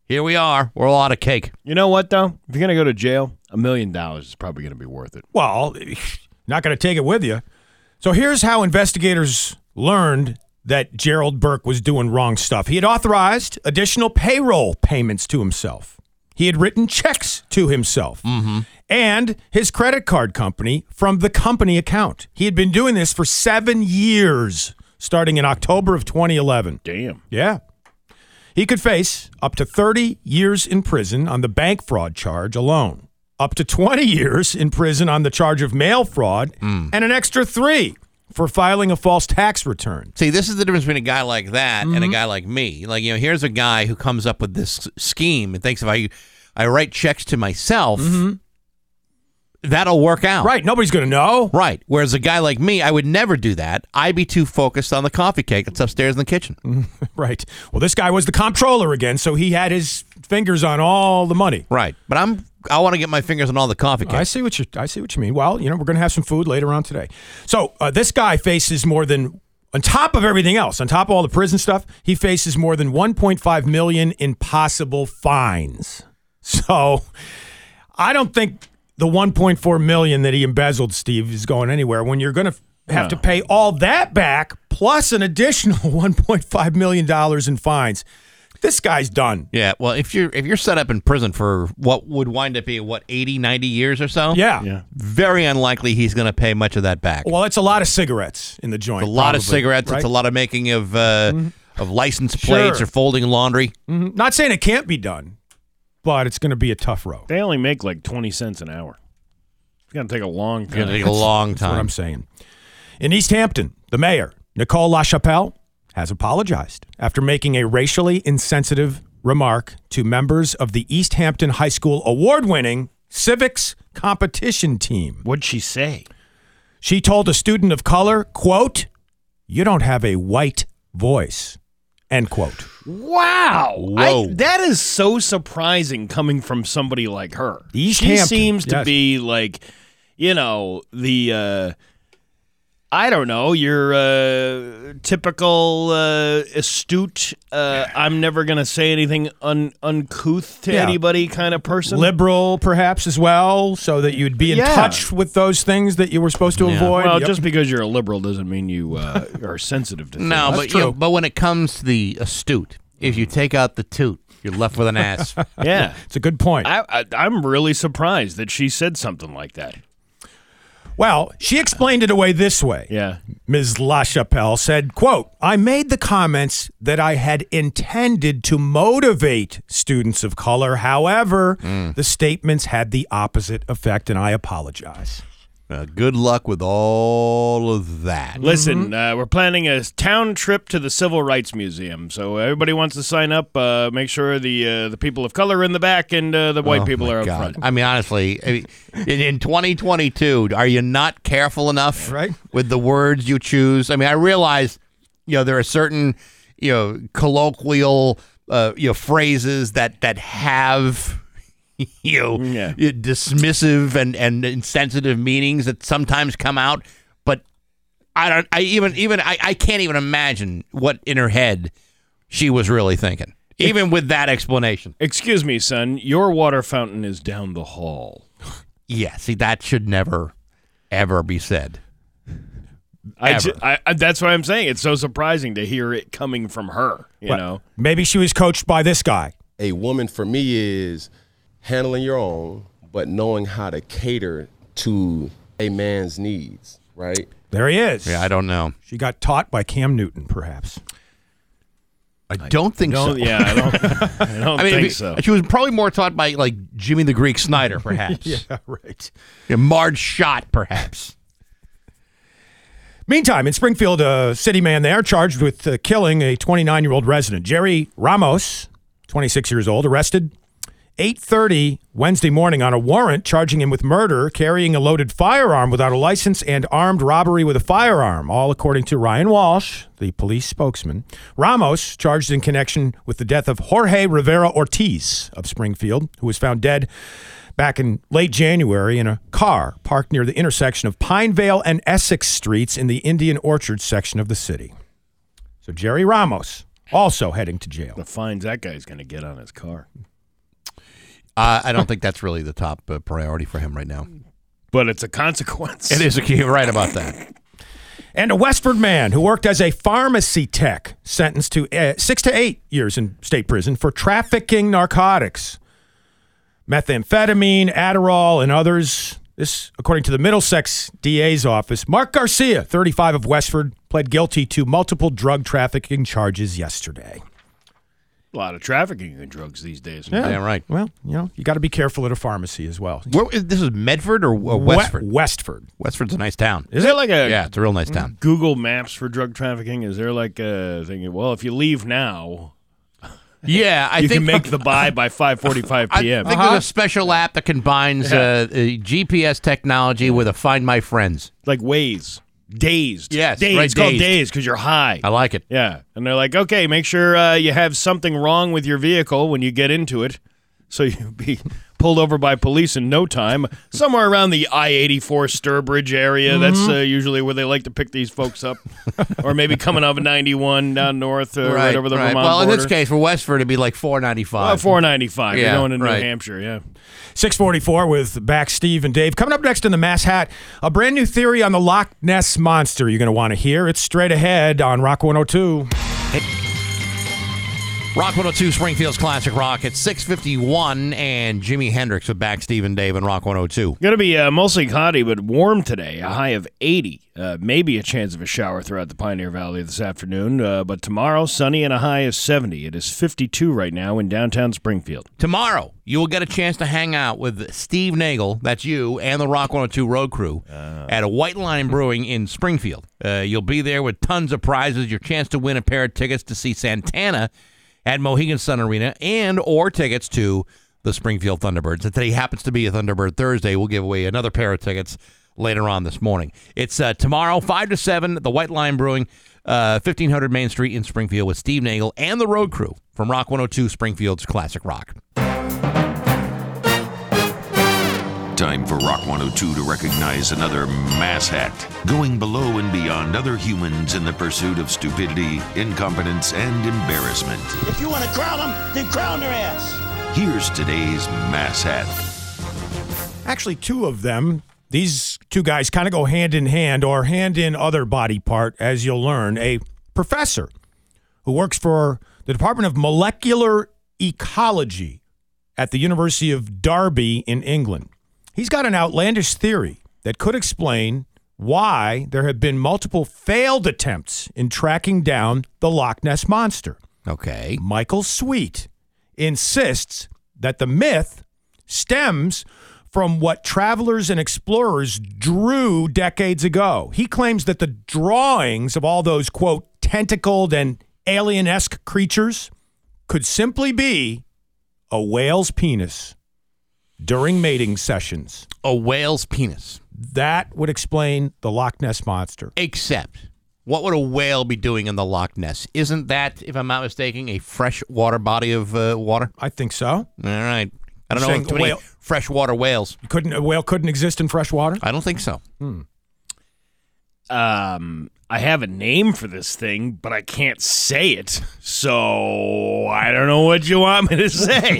here we are. We're all out of cake.
You know what though? If you're gonna go to jail, a million dollars is probably gonna be worth it.
Well, not going to take it with you. So here's how investigators learned that Gerald Burke was doing wrong stuff. He had authorized additional payroll payments to himself. He had written checks to himself and his credit card company from the company account. He had been doing this for seven years, starting in October of 2011.
Damn.
Yeah. He could face up to 30 years in prison on the bank fraud charge alone, up to 20 years in prison on the charge of mail fraud, and an extra three for filing a false tax return.
See, this is the difference between a guy like that
Mm-hmm.
and a guy like me. Like, you know, here's a guy who comes up with this scheme and thinks if I I write checks to myself, that'll work out.
Mm-hmm. Right. Nobody's going to know.
Right. Whereas a guy like me, I would never do that. I'd be too focused on the coffee cake that's upstairs in the kitchen.
Mm-hmm. Right. Well, this guy was the comptroller again, so he had his fingers on all the money.
Right. But I'm I want to get my fingers on all the coffee cake.
I see what you I see what you mean. Well, you know, we're going to have some food later on today. So uh, this guy faces more than on top of everything else, on top of all the prison stuff, he faces more than 1.5 million in possible fines. So I don't think the 1.4 million that he embezzled, Steve, is going anywhere. When you're going to have to pay all that back plus an additional 1.5 million dollars in fines, this guy's done.
yeah, well, if you're if you're set up in prison for what would wind up being what 80, 90 years or so,
Yeah.
very unlikely he's going to pay much of that back.
Well, it's a lot of cigarettes in the joint.
a lot of
probably,
cigarettes.
right? Mm-hmm.
It's a lot of making of uh, of license plates
Sure.
or folding laundry.
Not saying it can't be done, but it's going to be a tough road.
They only make like twenty cents an hour. It's gonna take a long
It's gonna
time.
take a long
That's what
time.
I'm saying. In East Hampton, the mayor, Nicole LaChapelle, has apologized after making a racially insensitive remark to members of the East Hampton High School award winning civics competition team.
What'd she say?
She told a student of color, quote, you don't have a white voice, end quote.
Wow.
Whoa.
I, that is so surprising coming from somebody like her.
East
she
Hampton,
seems to
yes.
be like, you know, the uh I don't know, your uh, typical uh, astute, uh, I'm never going to say anything un- uncouth to
Yeah.
anybody kind of person.
liberal, perhaps as well, so that you'd be in
Yeah.
touch with those things that you were supposed to avoid.
well,
Yep.
just because you're a liberal doesn't mean you uh, are sensitive to things.
No,
That's
but you know,
true. Mm-hmm.
but when it comes to the astute, if you take out the toot, you're left with an ass.
Yeah.
it's a good point.
I, I, I'm really surprised that she said something like that.
well, she explained it away this way.
Yeah.
Ms. LaChapelle said, quote, I made the comments that I had intended to motivate students of color. However,
Hmm.
the statements had the opposite effect, and I apologize.
Uh, good luck with all of that.
Listen, uh, we're planning a town trip to the Civil Rights Museum, so everybody wants to sign up. Uh, make sure the uh, the people of color are in the back and uh, the white people are up
Oh God.
front.
I mean, honestly, I mean, in, in 2022, are you not careful enough
Right.
with the words you choose? I mean, I realize, you know, there are certain, you know, colloquial, uh, you know, phrases that that have, you know,
Yeah.
you- dismissive and and insensitive meanings that sometimes come out, but I don't. I even even I, I can't even imagine what in her head she was really thinking, even with that explanation.
Excuse me, son. Your water fountain is down the hall.
Yeah, see, that should never, ever be said.
I
Ever.
ju- I- I- that's what I'm saying. It's so surprising to hear it coming from her. You
Well,
know,
Maybe she was coached by this guy.
a woman for me is handling your own, but knowing how to cater to a man's needs, right?
There he is.
Yeah, I don't know.
she got taught by Cam Newton, perhaps.
I don't think so.
Don't- yeah, I don't, I don't
I mean,
think
if-
so.
she was probably more taught by like Jimmy the Greek Snyder, perhaps.
yeah, right.
Yeah, Marge Shot, perhaps.
Meantime, in Springfield, a city man there charged with uh, killing a 29-year-old resident, Jerry Ramos, 26 years old, arrested 8:30 Wednesday morning on a warrant charging him with murder, carrying a loaded firearm without a license, and armed robbery with a firearm, all according to Ryan Walsh, the police spokesman. Ramos charged in connection with the death of Jorge Rivera Ortiz of Springfield, who was found dead back in late January in a car parked near the intersection of Pinevale and Essex Streets in the Indian Orchard section of the city. So Jerry Ramos also heading to jail.
the fines that guy's going to get on his car.
Uh, I don't think that's really the top uh, priority for him right now.
But it's a consequence.
It is a key, right about that.
And a Westford man who worked as a pharmacy tech sentenced to uh, six to eight years in state prison for trafficking narcotics, methamphetamine, Adderall, and others. This, according to the Middlesex DA's office, Mark Garcia, 35 of Westford, pled guilty to multiple drug trafficking charges yesterday.
a lot of trafficking in drugs these days.
Damn right.
Well, you know, you got to be careful at a pharmacy as well.
Where, is, this is Medford or uh, Westford?
We- Westford.
Westford's a nice town.
Is it Mm. like a
Yeah, it's a real nice town.
Google Maps for drug trafficking? Is there like a thing? Well, if you leave now,
Yeah, I
you
think
can make the buy by 5:45
I
p.m.
think there's a special app that combines uh, uh, GPS technology with a Find My Friends.
like Waze, dazed.
Yes,
dazed.
right,
it's called
dazed.
dazed because you're high.
I like it.
yeah, and they're like, okay, make sure uh, you have something wrong with your vehicle when you get into it, so you'll be pulled over by police in no time. Somewhere around the I-84 Sturbridge area.
Mm-hmm.
That's uh, usually where they like to pick these folks up, or maybe coming off of 91 down north, uh, right, over the Vermont
Well,
border.
in this case, for Westford, it'd be like four ninety
Uh,
five.
four ninety five.
Yeah,
You're going to New
right.
Hampshire. Yeah.
644 with back Steve and Dave. Coming up next in the Mass Hat, a brand new theory on the Loch Ness Monster you're going to want to hear. It's straight ahead on Rock 102.
Rock 102 Springfield's Classic Rock at 651 and Jimi Hendrix with back Steve and Dave and Rock 102.
Going to be uh, mostly cloudy but warm today. A high of 80. Uh, maybe a chance of a shower throughout the Pioneer Valley this afternoon. Uh, but tomorrow, sunny and a high of 70. It is 52 right now in downtown Springfield.
Tomorrow, you will get a chance to hang out with Steve Nagel, that's you, and the Rock 102 Road Crew at a White Line Brewing in Springfield. Uh, you'll be there with tons of prizes, your chance to win a pair of tickets to see Santana at Mohegan Sun Arena, and or tickets to the Springfield Thunderbirds. And today happens to be a Thunderbird Thursday. We'll give away another pair of tickets later on this morning. It's uh, tomorrow, 5 to 7, at the White Line Brewing, uh, 1500 Main Street in Springfield with Steve Nagel and the Road Crew from oh Rock 102 Springfield's Classic Rock.
Time for Rock 102 to recognize another mass hat, going below and beyond other humans in the pursuit of stupidity, incompetence, and embarrassment.
If you want to crown them, then crown their ass.
Here's today's mass hat.
Actually, two of them, these two guys kind of go hand in hand or hand in other body part, as you'll learn. A professor who works for the Department of Molecular Ecology at the University of Derby in England. He's got an outlandish theory that could explain why there have been multiple failed attempts in tracking down the Loch Ness Monster.
Okay.
Michael Sweet insists that the myth stems from what travelers and explorers drew decades ago. He claims that the drawings of all those, quote, tentacled and alien esque creatures could simply be a whale's penis during mating sessions.
A whale's penis.
That would explain the Loch Ness Monster.
Except, what would a whale be doing in the Loch Ness? Isn't that, if I'm not mistaken, a freshwater body of uh, water?
I think so.
All right. I don't
You're
know
saying
if too many
whale-
freshwater whales.
Couldn't a whale couldn't exist in fresh water?
I don't think so.
Um, I have a name for this thing, but I can't say it. So I don't know what you want me to say.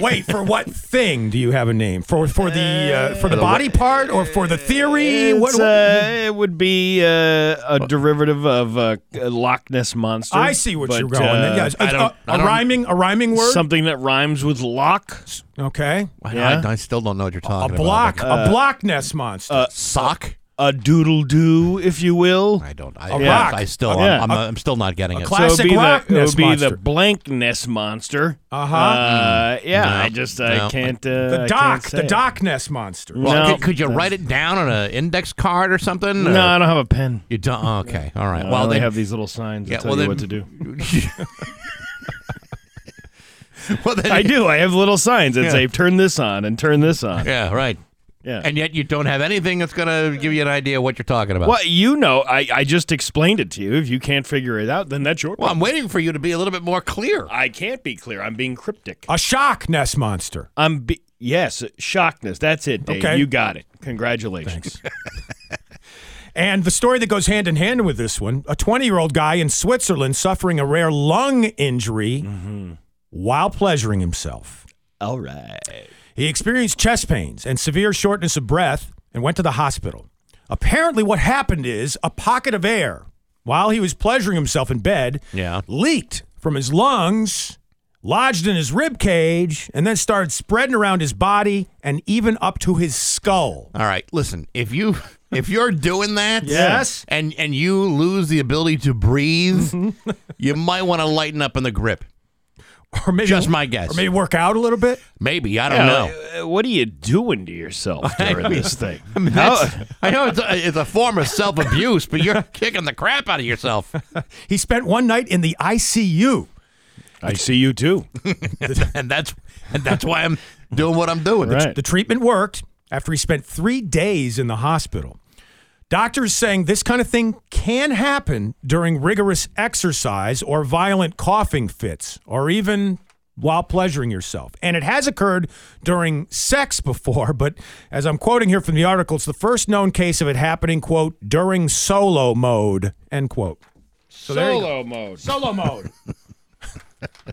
Wait, for what thing do you have a name? For for the uh, for the body part or for the theory? What,
It's, uh, it would be uh, a derivative of uh, a Loch Ness monster.
I see what
but,
you're going.
uh,
yes,
I don't-
a, a
I don't-
rhyming a rhyming word.
Something that rhymes with lock.
okay,
I-
Yeah.
I, I still don't know what you're
a
talking about.
block
Uh,
a block nest monster.
Sock?
A doodle doo, if you will.
I don't. I,
a
yeah,
rock.
I still.
A-
I'm, I'm,
yeah.
I'm still not getting
a
it.
cla- Classic
it would be,
Loch
the, it
Ness
would be the
monster.
blankness monster.
Uh-huh.
Uh, yeah,
Mm. No,
I just I
no.
can't. Uh,
the
I can't
dock
say
the
it.
dock nest monster.
Well,
No.
could, could you write it down on an index card or something?
No,
Or-
I don't have a pen.
You don't. oh, Okay. All right.
well,
well,
they
then,
have these little signs that
Yeah,
tell
well,
you
then-
what to do.
well, then,
I do. I have little signs that say turn this on and turn this on.
Yeah. Right.
Yeah.
And yet you don't have anything that's gonna give you an idea what you're talking about.
well, you know, I, I just explained it to you. If you can't figure it out, then that's your
Well, I'm waiting for you to be a little bit more clear.
I can't be clear. I'm being cryptic.
A shock nest monster.
I'm be- yes, shockness. That's it, Dave.
Okay.
You got it. Congratulations.
And the story that goes hand in hand with this one: a 20 year old guy in Switzerland suffering a rare lung injury while pleasuring himself.
All right.
He experienced chest pains and severe shortness of breath and went to the hospital. Apparently, what happened is a pocket of air while he was pleasuring himself in bed
Yeah.
leaked from his lungs, lodged in his rib cage, and then started spreading around his body and even up to his skull.
All right. Listen, if you if you're doing that,
Yes.
and and you lose the ability to breathe, you might want to lighten up in the grip.
Or maybe
Just my guess.
Or maybe work out a little bit.
Maybe I don't know.
uh, What are you doing to yourself during this thing?
I mean, that's, I know it's a, it's a form of self abuse, but you're kicking the crap out of yourself.
He spent one night in the ICU.
I see you too.
and that's and that's why I'm doing what I'm doing.
The treatment worked after he spent three days in the hospital. Doctors saying this kind of thing can happen during rigorous exercise or violent coughing fits, or even while pleasuring yourself. And it has occurred during sex before, but as I'm quoting here from the article, it's the first known case of it happening, quote, during solo mode, end quote.
Solo mode.
Solo mode.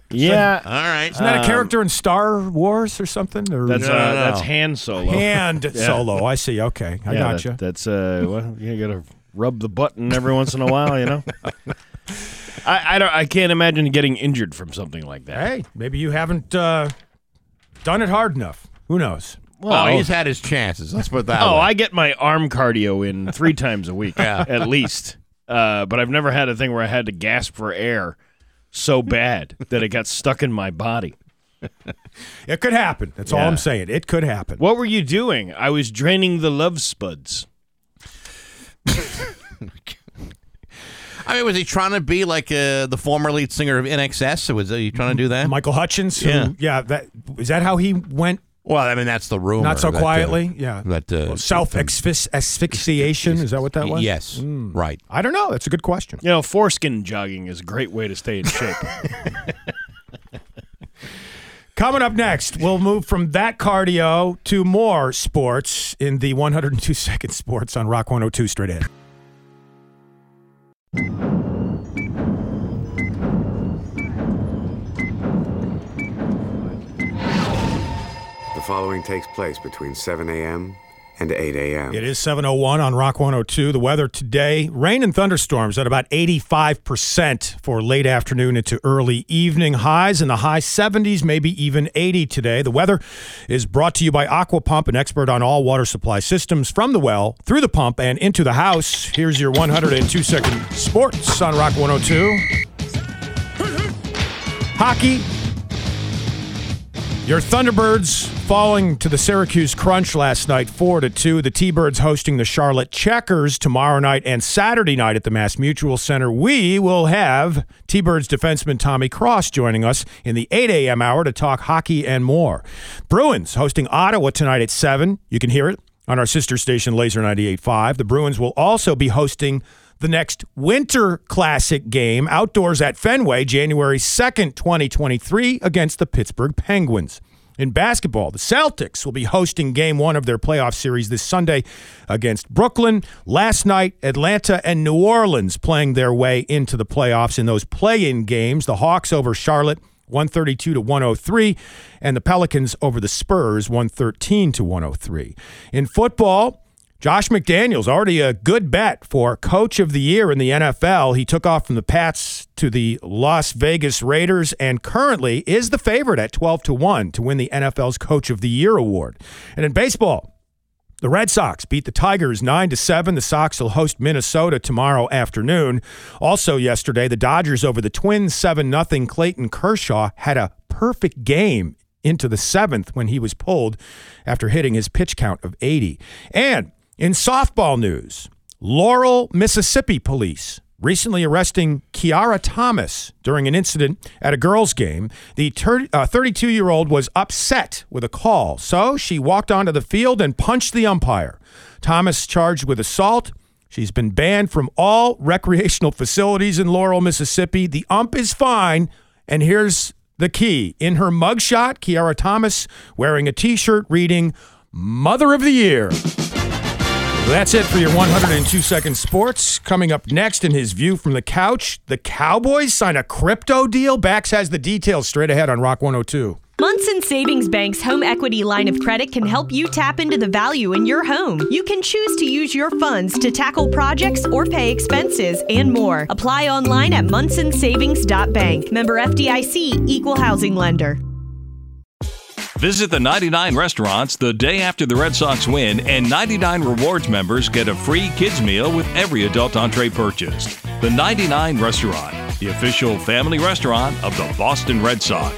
Yeah.
All right.
Isn't that a character in Star Wars or something? Or
That's
No,
uh,
no, no.
that's hand solo.
hand solo. I see. Okay. I
yeah,
gotcha.
that- that's uh, well, you gotta rub the button every once in a while, you know. I, I don't. I can't imagine getting injured from something like that.
Hey, maybe you haven't uh, done it hard enough. Who knows?
Oh, he's had his chances. Let's put it that
Oh,
way.
I get my arm cardio in three times a week, at least. Uh, but I've never had a thing where I had to gasp for air so bad that it got stuck in my body.
It could happen. That's all
Yeah.
I'm saying. It could happen.
What were you doing? I was draining the love spuds.
I mean, was he trying to be like uh, the former lead singer of NXS? Was he trying to do that?
Michael Hutchins. Who,
Yeah.
yeah. That is that how he went?
Well, I mean, that's the rumor.
Not so
that, uh,
quietly. yeah.
that, uh,
Self asphyxiation. Is that what that was? Hmm.
Yes. Right.
I don't know. That's a good question.
You know, foreskin jogging is a great way to stay in shape.
Coming up next, we'll move from that cardio to more sports in the 102 second sports on Rock 102 straight ahead.
The following takes place between 7 a.m. and 8 a.m.
It is 701 on Rock 102. The weather today, rain and thunderstorms at about 85% for late afternoon into early evening highs in the high 70s, maybe even 80 today. The weather is brought to you by Aqua Pump, an expert on all water supply systems from the well through the pump and into the house. Here's your 102 second sports on Rock 102. Hockey, your Thunderbirds falling to the Syracuse Crunch last night, four to two. The T-Birds hosting the Charlotte Checkers tomorrow night and Saturday night at the Mass Mutual Center. We will have T-Birds defenseman Tommy Cross joining us in the 8 a.m. hour to talk hockey and more. Bruins hosting Ottawa tonight at seven. You can hear it on our sister station Laser 98.5. The Bruins will also be hosting the next Winter Classic game outdoors at Fenway, January 2nd, 2023, against the Pittsburgh Penguins. In basketball, the Celtics will be hosting game one of their playoff series this Sunday against Brooklyn. Last night, Atlanta and New Orleans playing their way into the playoffs in those play in games. The Hawks over Charlotte. 132 to 103 and the Pelicans over the Spurs 113 to 103. In football, Josh McDaniels already a good bet for coach of the year in the NFL. He took off from the Pats to the Las Vegas Raiders and currently is the favorite at 12 to 1 to win the NFL's coach of the year award. And in baseball, the Red Sox beat the Tigers 9 to 7. The Sox will host Minnesota tomorrow afternoon. Also yesterday, the Dodgers over the Twins 7 0. Clayton Kershaw had a perfect game into the 7th when he was pulled after hitting his pitch count of 80. And in softball news, Laurel, Mississippi police recently arresting Kiara Thomas during an incident at a girls' game. The 32 year old was upset with a call, so she walked onto the field and punched the umpire. Thomas charged with assault. She's been banned from all recreational facilities in Laurel, Mississippi. The ump is fine. And here's the key in her mugshot, Kiara Thomas wearing a t shirt reading, Mother of the Year. That's it for your 102 second sports. Coming up next in his view from the couch, the Cowboys sign a crypto deal. Bax has the details straight ahead on Rock 102.
Munson Savings Bank's home equity line of credit can help you tap into the value in your home. You can choose to use your funds to tackle projects or pay expenses and more. Apply online at munsonsavings.bank. Member FDIC equal housing lender.
Visit the 99 restaurants the day after the Red Sox win, and 99 rewards members get a free kids meal with every adult entree purchased. The 99 Restaurant, the official family restaurant of the Boston Red Sox.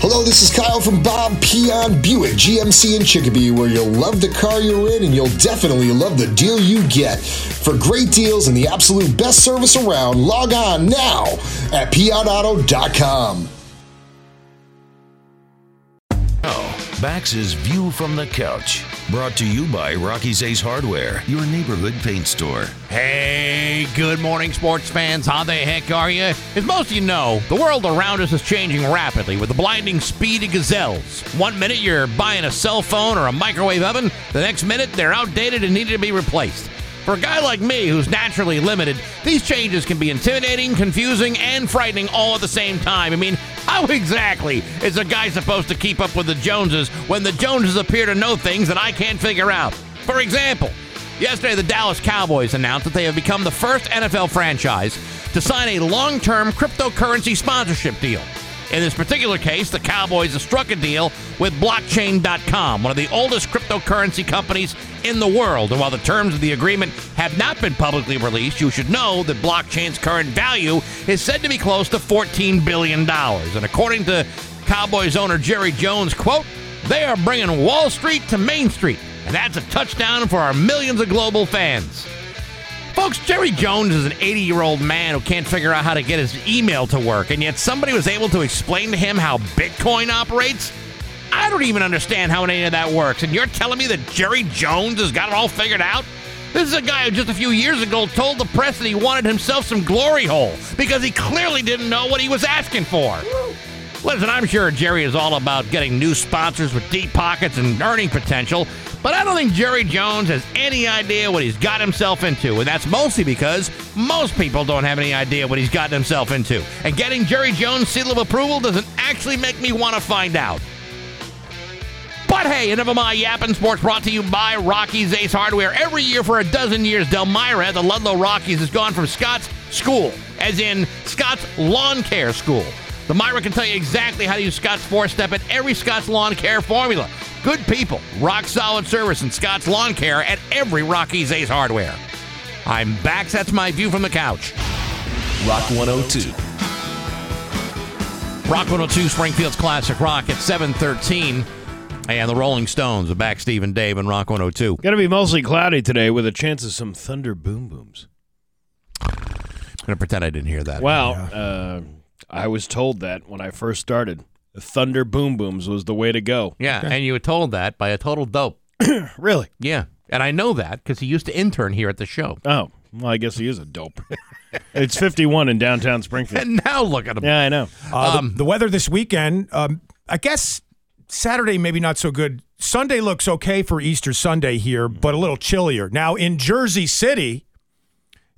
Hello, this is Kyle from Bob Peon Buick GMC in Chicopee, where you'll love the car you're in and you'll definitely love the deal you get. For great deals and the absolute best service around, log on now at peonauto.com.
Now, Bax's View from the Couch. Brought to you by Rocky's Ace Hardware, your neighborhood paint store.
Hey, good morning, sports fans. How the heck are you? As most of you know, the world around us is changing rapidly with the blinding speed of gazelles. One minute you're buying a cell phone or a microwave oven, the next minute they're outdated and needed to be replaced. For a guy like me who's naturally limited, these changes can be intimidating, confusing, and frightening all at the same time. I mean, how exactly is a guy supposed to keep up with the Joneses when the Joneses appear to know things that I can't figure out? For example, yesterday the Dallas Cowboys announced that they have become the first NFL franchise to sign a long term cryptocurrency sponsorship deal. In this particular case, the Cowboys have struck a deal with Blockchain.com, one of the oldest cryptocurrency companies in the world. And while the terms of the agreement have not been publicly released, you should know that Blockchain's current value is said to be close to $14 billion. And according to Cowboys owner Jerry Jones, quote, they are bringing Wall Street to Main Street, and that's a touchdown for our millions of global fans. Folks, Jerry Jones is an 80 year old man who can't figure out how to get his email to work, and yet somebody was able to explain to him how Bitcoin operates? I don't even understand how any of that works, and you're telling me that Jerry Jones has got it all figured out? This is a guy who just a few years ago told the press that he wanted himself some glory hole because he clearly didn't know what he was asking for. Listen, I'm sure Jerry is all about getting new sponsors with deep pockets and earning potential, but I don't think Jerry Jones has any idea what he's got himself into, and that's mostly because most people don't have any idea what he's gotten himself into. And getting Jerry Jones' seal of approval doesn't actually make me want to find out. But hey, enough of my yapping sports brought to you by Rocky's Ace Hardware. Every year for a dozen years, Delmira, the Ludlow Rockies, has gone from Scott's school, as in Scott's lawn care school. The Myra can tell you exactly how to use Scott's four step and every Scott's lawn care formula. Good people, rock solid service, and Scott's lawn care at every Rocky's Ace Hardware. I'm back. That's my view from the couch.
Rock 102.
Rock 102 Springfield's Classic Rock at 713. And the Rolling Stones are back, Steve and Dave, and Rock 102.
Going to be mostly cloudy today with a chance of some thunder boom booms.
I'm going to pretend I didn't hear that.
Well, uh, I was told that when I first started. The thunder boom booms was the way to go.
Yeah, and you were told that by a total dope.
really?
Yeah. And I know that because he used to intern here at the show.
Oh, well, I guess he is a dope. it's 51 in downtown Springfield.
And now look at him.
Yeah, I know.
Uh, the- the, weather this weekend, um, I guess Saturday maybe not so good. Sunday looks okay for Easter Sunday here, but a little chillier. Now in Jersey City,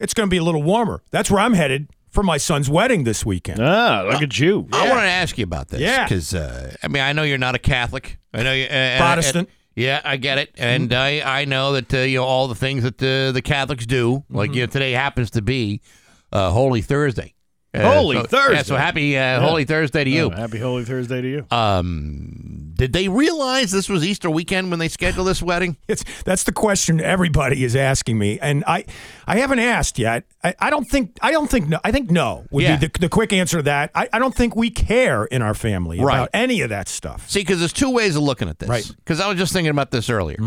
it's going to be a little warmer. That's where I'm headed for my son's wedding this weekend.
Ah, look at you.
I wanted to ask you about this.
Yeah.
Because, uh, I mean, I know you're not a Catholic. I know you. Uh,
Protestant.
uh, yeah, I get it, and I, I know that uh, you know all the things that uh, the Catholics do. Like you know, today happens to be uh, Holy Thursday. Uh,
Holy
so-
Thursday.
Yeah, so happy uh, Holy Thursday to you. Uh,
Oh, happy Holy Thursday to you.
Um, did they realize this was Easter weekend when they scheduled this wedding?
It's that's the question everybody is asking me, and I, I haven't asked yet. I, I don't think I don't think no. I think no would
Yeah.
be the, the quick answer to that. I, I don't think we care in our family
Right.
about any of that stuff.
See, because there's two ways of looking at this.
Right. Mm-hmm.
Because I was just thinking about this earlier.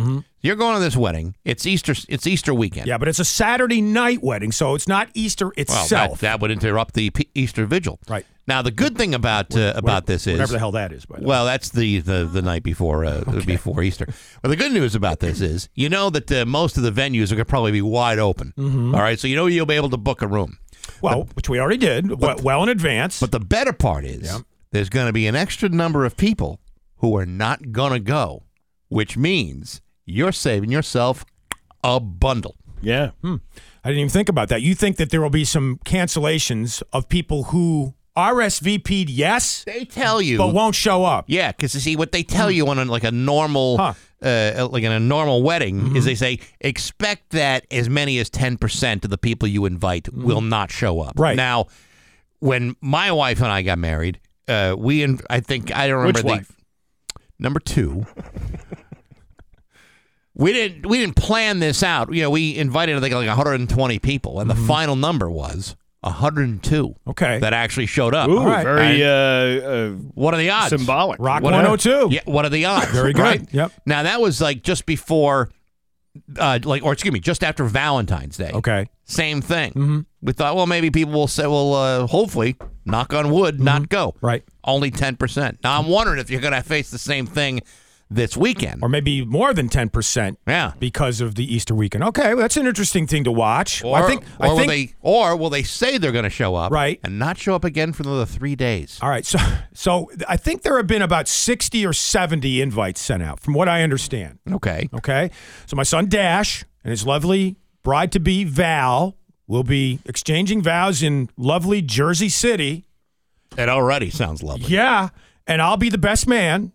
You're going to this wedding. It's Easter. It's Easter weekend.
Yeah, but it's a Saturday night wedding, so it's not Easter
Well,
itself.
that, that would interrupt the P- Easter vigil. Right. Now, the good thing about uh, about this is
whatever the hell that is, by the way.
Well, that's the the, the night before uh, before Easter. But the good news about this is, you know that uh, most of the venues are going to probably be wide open.
Mhm.
All right, so you know you'll be able to book a room.
Well, which we already did, well, well in advance.
But the better part is there's going to be an extra number of people who are not going to go, which means you're saving yourself a bundle.
Yeah.
Hmm. I didn't even think about that. You think that there will be some cancellations of people who RSVP'd, yes,
they tell you,
but won't show up.
Yeah, because you see what they
Hmm.
tell you on a, like a normal, uh, like in a normal wedding,
Mm-hmm.
is they say expect that as many as ten percent of the people you invite
Mm-hmm.
will not show up.
Right.
now, when my wife and I got married, uh, we and I think I don't
Which
remember the
wife?
number two. We didn't we didn't plan this out. You know, we invited I think like 120 people, and
Mm-hmm.
the final number was 102.
Okay,
that actually showed up.
Ooh,
And-
very uh, uh,
what are the odds?
Symbolic.
Rock What-
102.
Yeah, what are the odds?
Oh. Very good.
Right?
Yep.
Now that was like just before, uh, like, or excuse me, just after Valentine's Day.
Okay. Mm-hmm.
Same thing. We thought, well, maybe people will say, well, uh, hopefully, knock on wood, not go.
Mm-hmm. Right.
Only ten percent. Now I'm wondering if you're going to face the same thing this weekend.
Or maybe more than 10%.
Yeah.
Because of the Easter weekend. Okay, well, that's an interesting thing to watch.
Or,
I think.
or
I
will
think
they, or will they say they're going to show up,
Right.
and not show up again for another three days?
All right. So, so I think there have been about 60 or 70 invites sent out, from what I understand.
Okay.
Okay. So my son Dash and his lovely bride to be Val will be exchanging vows in lovely Jersey City.
It already sounds lovely.
Yeah. And I'll be the best man.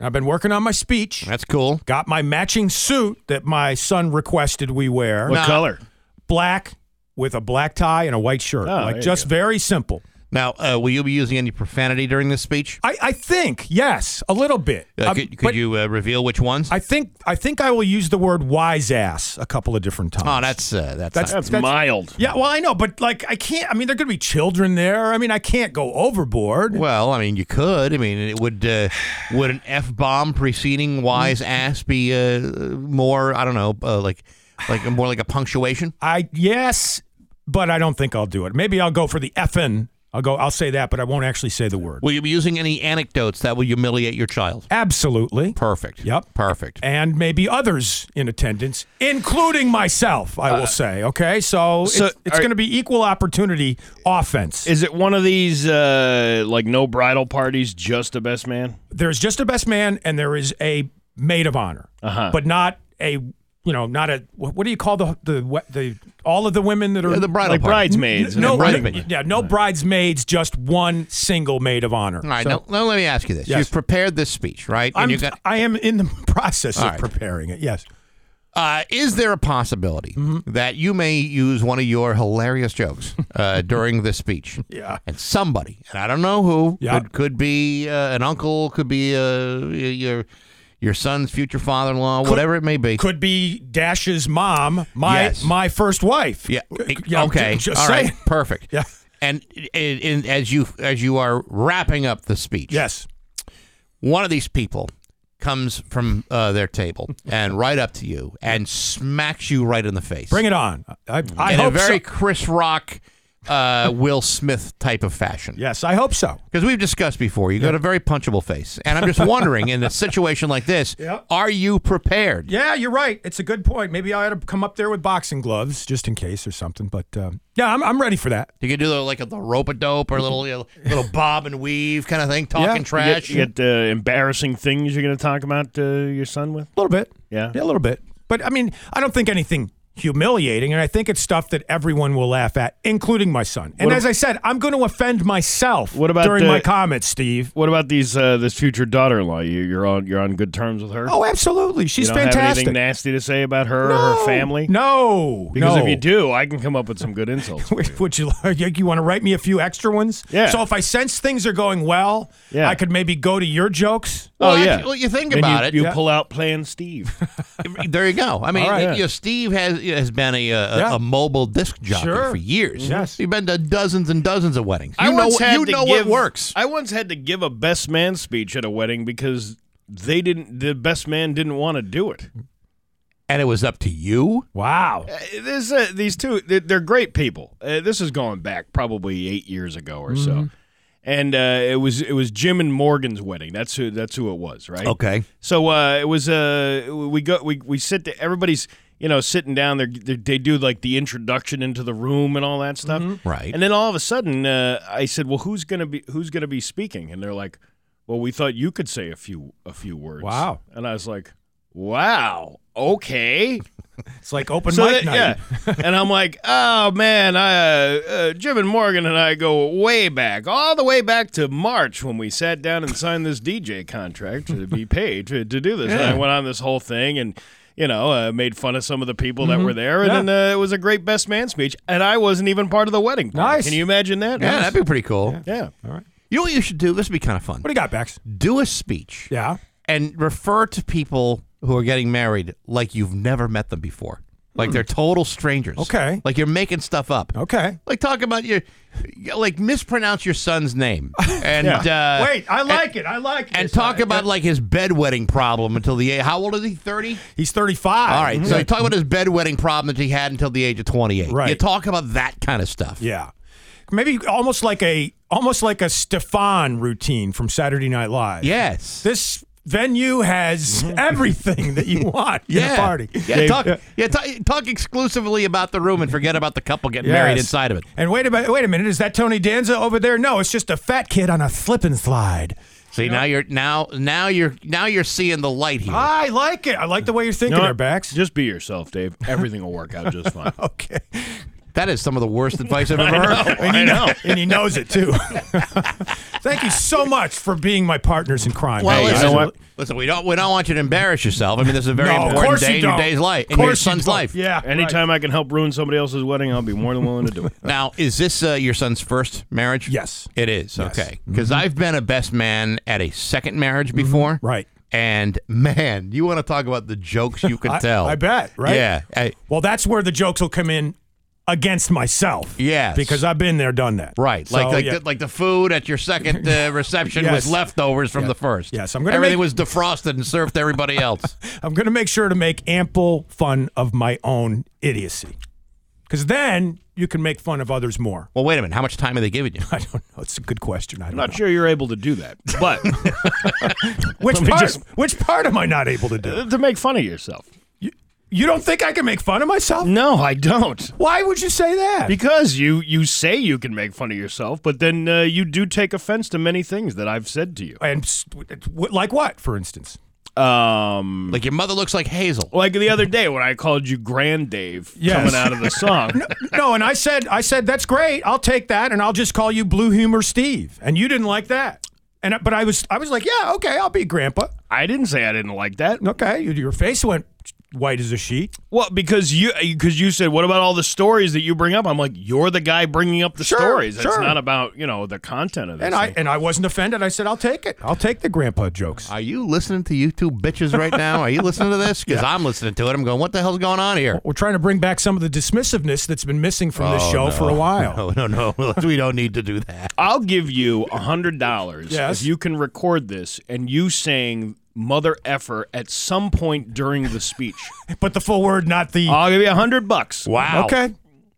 I've been working on my speech.
That's cool.
Got my matching suit that my son requested we wear.
what color?
Black with a black tie and a white shirt.
Oh, there
like
you
just very simple.
Now, uh, will you be using any profanity during this speech?
I, I think, yes, a little bit.
Uh,
Um,
could could
but-
you uh, reveal which ones?
I think I think I will use the word wise ass a couple of different times.
oh, that's uh, that's,
That's-
not-
That's, mild.
yeah, well, I know, but like I can't. I mean, there could be children there. I mean, I can't go overboard.
well. I mean, you could. I mean, it would uh, would an f bomb preceding
Mm.
wise ass be uh, more? I don't know, uh, like like more like a punctuation.
I yes, but I don't think I'll do it. Maybe I'll go for the effing I'll go. I'll say that, but I won't actually say the word.
Will you be using any anecdotes that will humiliate your child?
Absolutely.
Perfect.
Yep.
Perfect.
And maybe others in attendance, including myself. I will
Uh,
say. Okay, so,
so
it's, it's
are-
going to be equal opportunity offense.
Is it one of these uh, like no bridal parties, just a best man?
There's just a best man, and there is a maid of honor,
Uh-huh.
but not a you know not a what, what do you call the the what- the all of the women that are
Yeah, the bridal
Like
party.
bridesmaids
N- No,
and everything.
no- yeah, no bridesmaids, just one single maid of honor.
All right.
So-
now, now let me ask you this:
Yes.
You've prepared this speech, right?
I'm,
and you got.
I am in the process
All
of
right.
preparing it. Yes.
Uh, is there a possibility
Mm-hmm.
that you may use one of your hilarious jokes uh, during this speech?
Yeah.
And somebody, and I don't know who,
Yeah.
could, could be uh, an uncle, could be uh, y- your your son's future father-in-law, whatever it may be.
Could be Dash's mom, my
Yes.
my first wife. Uh,
Yeah.
Yeah,
okay.
ju- just
All right.
saying.
Perfect.
Yeah.
And in, in, as you as you are wrapping up the speech,
Yes.
one of these people comes from uh, their table and right up to you and smacks you right in the face.
Bring it on. I, I
in a
hope
very
so.
Chris Rock, uh, Will Smith type of fashion.
Yes, I hope so.
Because we've discussed before, you got a very punchable face, and I'm just wondering, in a situation like this,
Yep.
are you prepared?
Yeah, you're right. It's a good point. Maybe I ought to come up there with boxing gloves just in case or something. But um, yeah, I'm, I'm ready for that.
You could do the, like a, the rope a dope or a little you know, little bob and weave kind of thing, talking
you
You get,
trash.
you get, uh, embarrassing things you're going to talk about uh, your son with?
A little bit.
Yeah.
Yeah, a little bit. But I mean, I don't think anything humiliating, and I think it's stuff that everyone will laugh at, including my son. And
What
as
ab-
I said, I'm going to offend myself
What about
during
the-
my comments, Steve.
What about these uh, this future daughter-in-law? You, you're on you're on good terms with her.
Oh, absolutely.
you
She's
don't have
fantastic.
anything nasty to say about her or her family?
No,
because
no.
if you do, I can come up with some good insults.
Would- Would you like- you want to write me a few extra ones?
Yeah.
So if I sense things are going well,
Yeah.
I could maybe go to your jokes.
well,
oh yeah.
actually, well, you think
Then
about
you,
it.
You
Yeah.
pull out Plan Steve.
There you go. I mean,
All right.
you know, Steve has has been a a,
Yeah.
a mobile disc jockey
Sure.
for years.
Yes.
you've been to dozens and dozens of weddings. You know,
once
what-
had
you
to
know
give-
what works.
I once had to give a best man speech at a wedding because they didn't. The best man didn't want to do it.
and it was up to you.
Wow.
Uh, This, uh, these two, they're, they're great people. Uh, this is going back probably eight years ago or so, and uh, it was it was Jim and Morgan's wedding. That's who that's who it was, right?
Okay.
So uh, it was. Uh, we go. We we sit. there everybody's you know sitting down. They're, they they do like the introduction into the room and all that stuff.
Right.
And then all of a sudden, uh, I said, "Well, who's gonna be who's gonna be speaking?" And they're like, "Well, we thought you could say a few a few words."
Wow.
And I was like, "Wow, okay."
It's like open
So
mic
that-
night.
yeah, and I'm like, oh man, I, uh, uh, Jim and Morgan and I go way back, all the way back to March when we sat down and signed this DJ contract to be paid to, to do this. And I went on this whole thing and. You know, uh, made fun of some of the people that were there, and
Mm-hmm. Yeah.
then uh, it was a great best man speech, and I wasn't even part of the wedding. party.
Nice.
Can you imagine that?
Yeah, that'd be pretty cool.
Yeah.
You know what you should do? This would be kind of fun.
What do you got, Bax?
Do a speech
Yeah.
and refer to people who are getting married like you've never met them before. Like they're total strangers.
Hmm. Okay.
Like you're making stuff up.
Okay.
Like talk about your, like mispronounce your son's name and uh,
Wait, I
and-
like it. I like Uh, it.
and talk about like his bedwetting problem until the age. How old is he? Thirty.
He's 35.
All right, So you talk about his bedwetting problem that he had until the age of twenty-eight. You
Mm-hmm. Right.
talk about that kind of stuff.
Yeah. Maybe almost like a almost like a Stefan routine from Saturday Night Live.
Yes.
This venue has everything that you want in a party.
Yeah, talk, yeah talk, talk exclusively about the room and forget about the couple getting
Yes.
married inside of it.
And wait a minute, wait a minute, is that Tony Danza over there? No, it's just a fat kid on a slip and slide.
See now you're now now you're now you're seeing the light here.
I like it. I like the way you're thinking
No,
there, Bax.
Just be yourself, Dave. Everything will work out just fine.
okay.
that is some of the worst advice I've ever heard.
and, he know. and he knows it too. Thank you so much for being my partners in crime.
Well,
Hey,
listen,
I-
listen, we don't we don't want you to embarrass yourself. I mean, this is a very
No, of
important
course
day
you
in your
don't.
day's life,
Of
in your
course you
son's
don't.
life.
Yeah.
Anytime I can help ruin somebody else's wedding, I'll be more than willing to do it.
Now, is this uh, your son's first marriage?
Yes.
it is.
Yes. Mm-hmm.
Okay, because I've been a best man at a second marriage before.
Right.
And man, you want to talk about the jokes you could
I-
tell?
I bet, right?
Yeah. I-
Well, that's where the jokes will come in against myself.
Yes.
Because I've been there, done that.
Right,
So,
like like,
yeah.
the, like the food at your second uh, reception was
Yes.
leftovers from the first.
Yes, I'm gonna
everything
make-
was defrosted and served to everybody else.
I'm going to make sure to make ample fun of my own idiocy. Because then you can make fun of others more.
Well, wait a minute. How much time are they giving you?
I don't know. It's a good question. I don't
I'm not
know.
sure you're able to do that, but
Which
Let me
part?
just- Uh,
which part am I not able to do?
to make fun of yourself.
You don't think I can make fun of myself?
No, I don't.
Why would you say that?
Because you you say you can make fun of yourself, but then uh, you do take offense to many things that I've said to you.
And like what, for instance?
Um,
like your mother looks like Hazel.
Like the other day when I called you Grand Dave coming out of the song.
no, no, and I said, I said that's great. I'll take that, and I'll just call you Blue Humor Steve. And you didn't like that. And I- but I was, I was like, yeah, okay, I'll be Grandpa.
I didn't say I didn't like that.
Okay, you- your face went white as a sheet.
Well, because you because you said, what about all the stories that you bring up? I'm like, you're the guy bringing up the
Sure,
stories. It's
sure.
not about you know the content of this.
And I
thing.
and I wasn't offended. I said, I'll take it. I'll take the grandpa jokes.
Are you listening to you two bitches right now? Are you listening to this? Because I'm listening to it. I'm going, what the hell's going on here?
We're trying to bring back some of the dismissiveness that's been missing from this
Oh,
show
no.
for a while.
No, no, no. We don't need to do that.
I'll give you a hundred dollars
Yes.
if you can record this and you saying mother effer at some point during the speech.
But the full word, not the.
I'll give you a hundred bucks.
Wow.
Okay.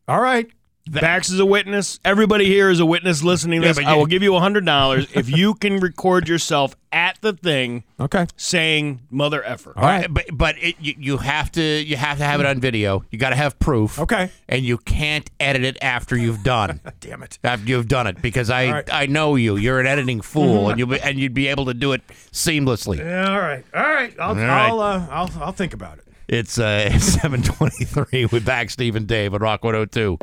All right.
Bax is a witness. Everybody here is a witness listening to
Yeah,
this.
but
I
you-
will give you a hundred dollars if you can record yourself at the thing
Okay.
saying mother effer.
All right.
Uh, But but it, you, you have to you have to have it on video. You got to have proof.
Okay.
And you can't edit it after you've done
Damn it.
after you've done it because I
All right. Mm-hmm.
I know you. You're an editing fool, and you and you'd be able to do it seamlessly.
Yeah, all right. All right. I'll,
All right.
I'll, uh, I'll, I'll think about it.
It's uh, 7:23 with back Steve and Dave at Rock 102.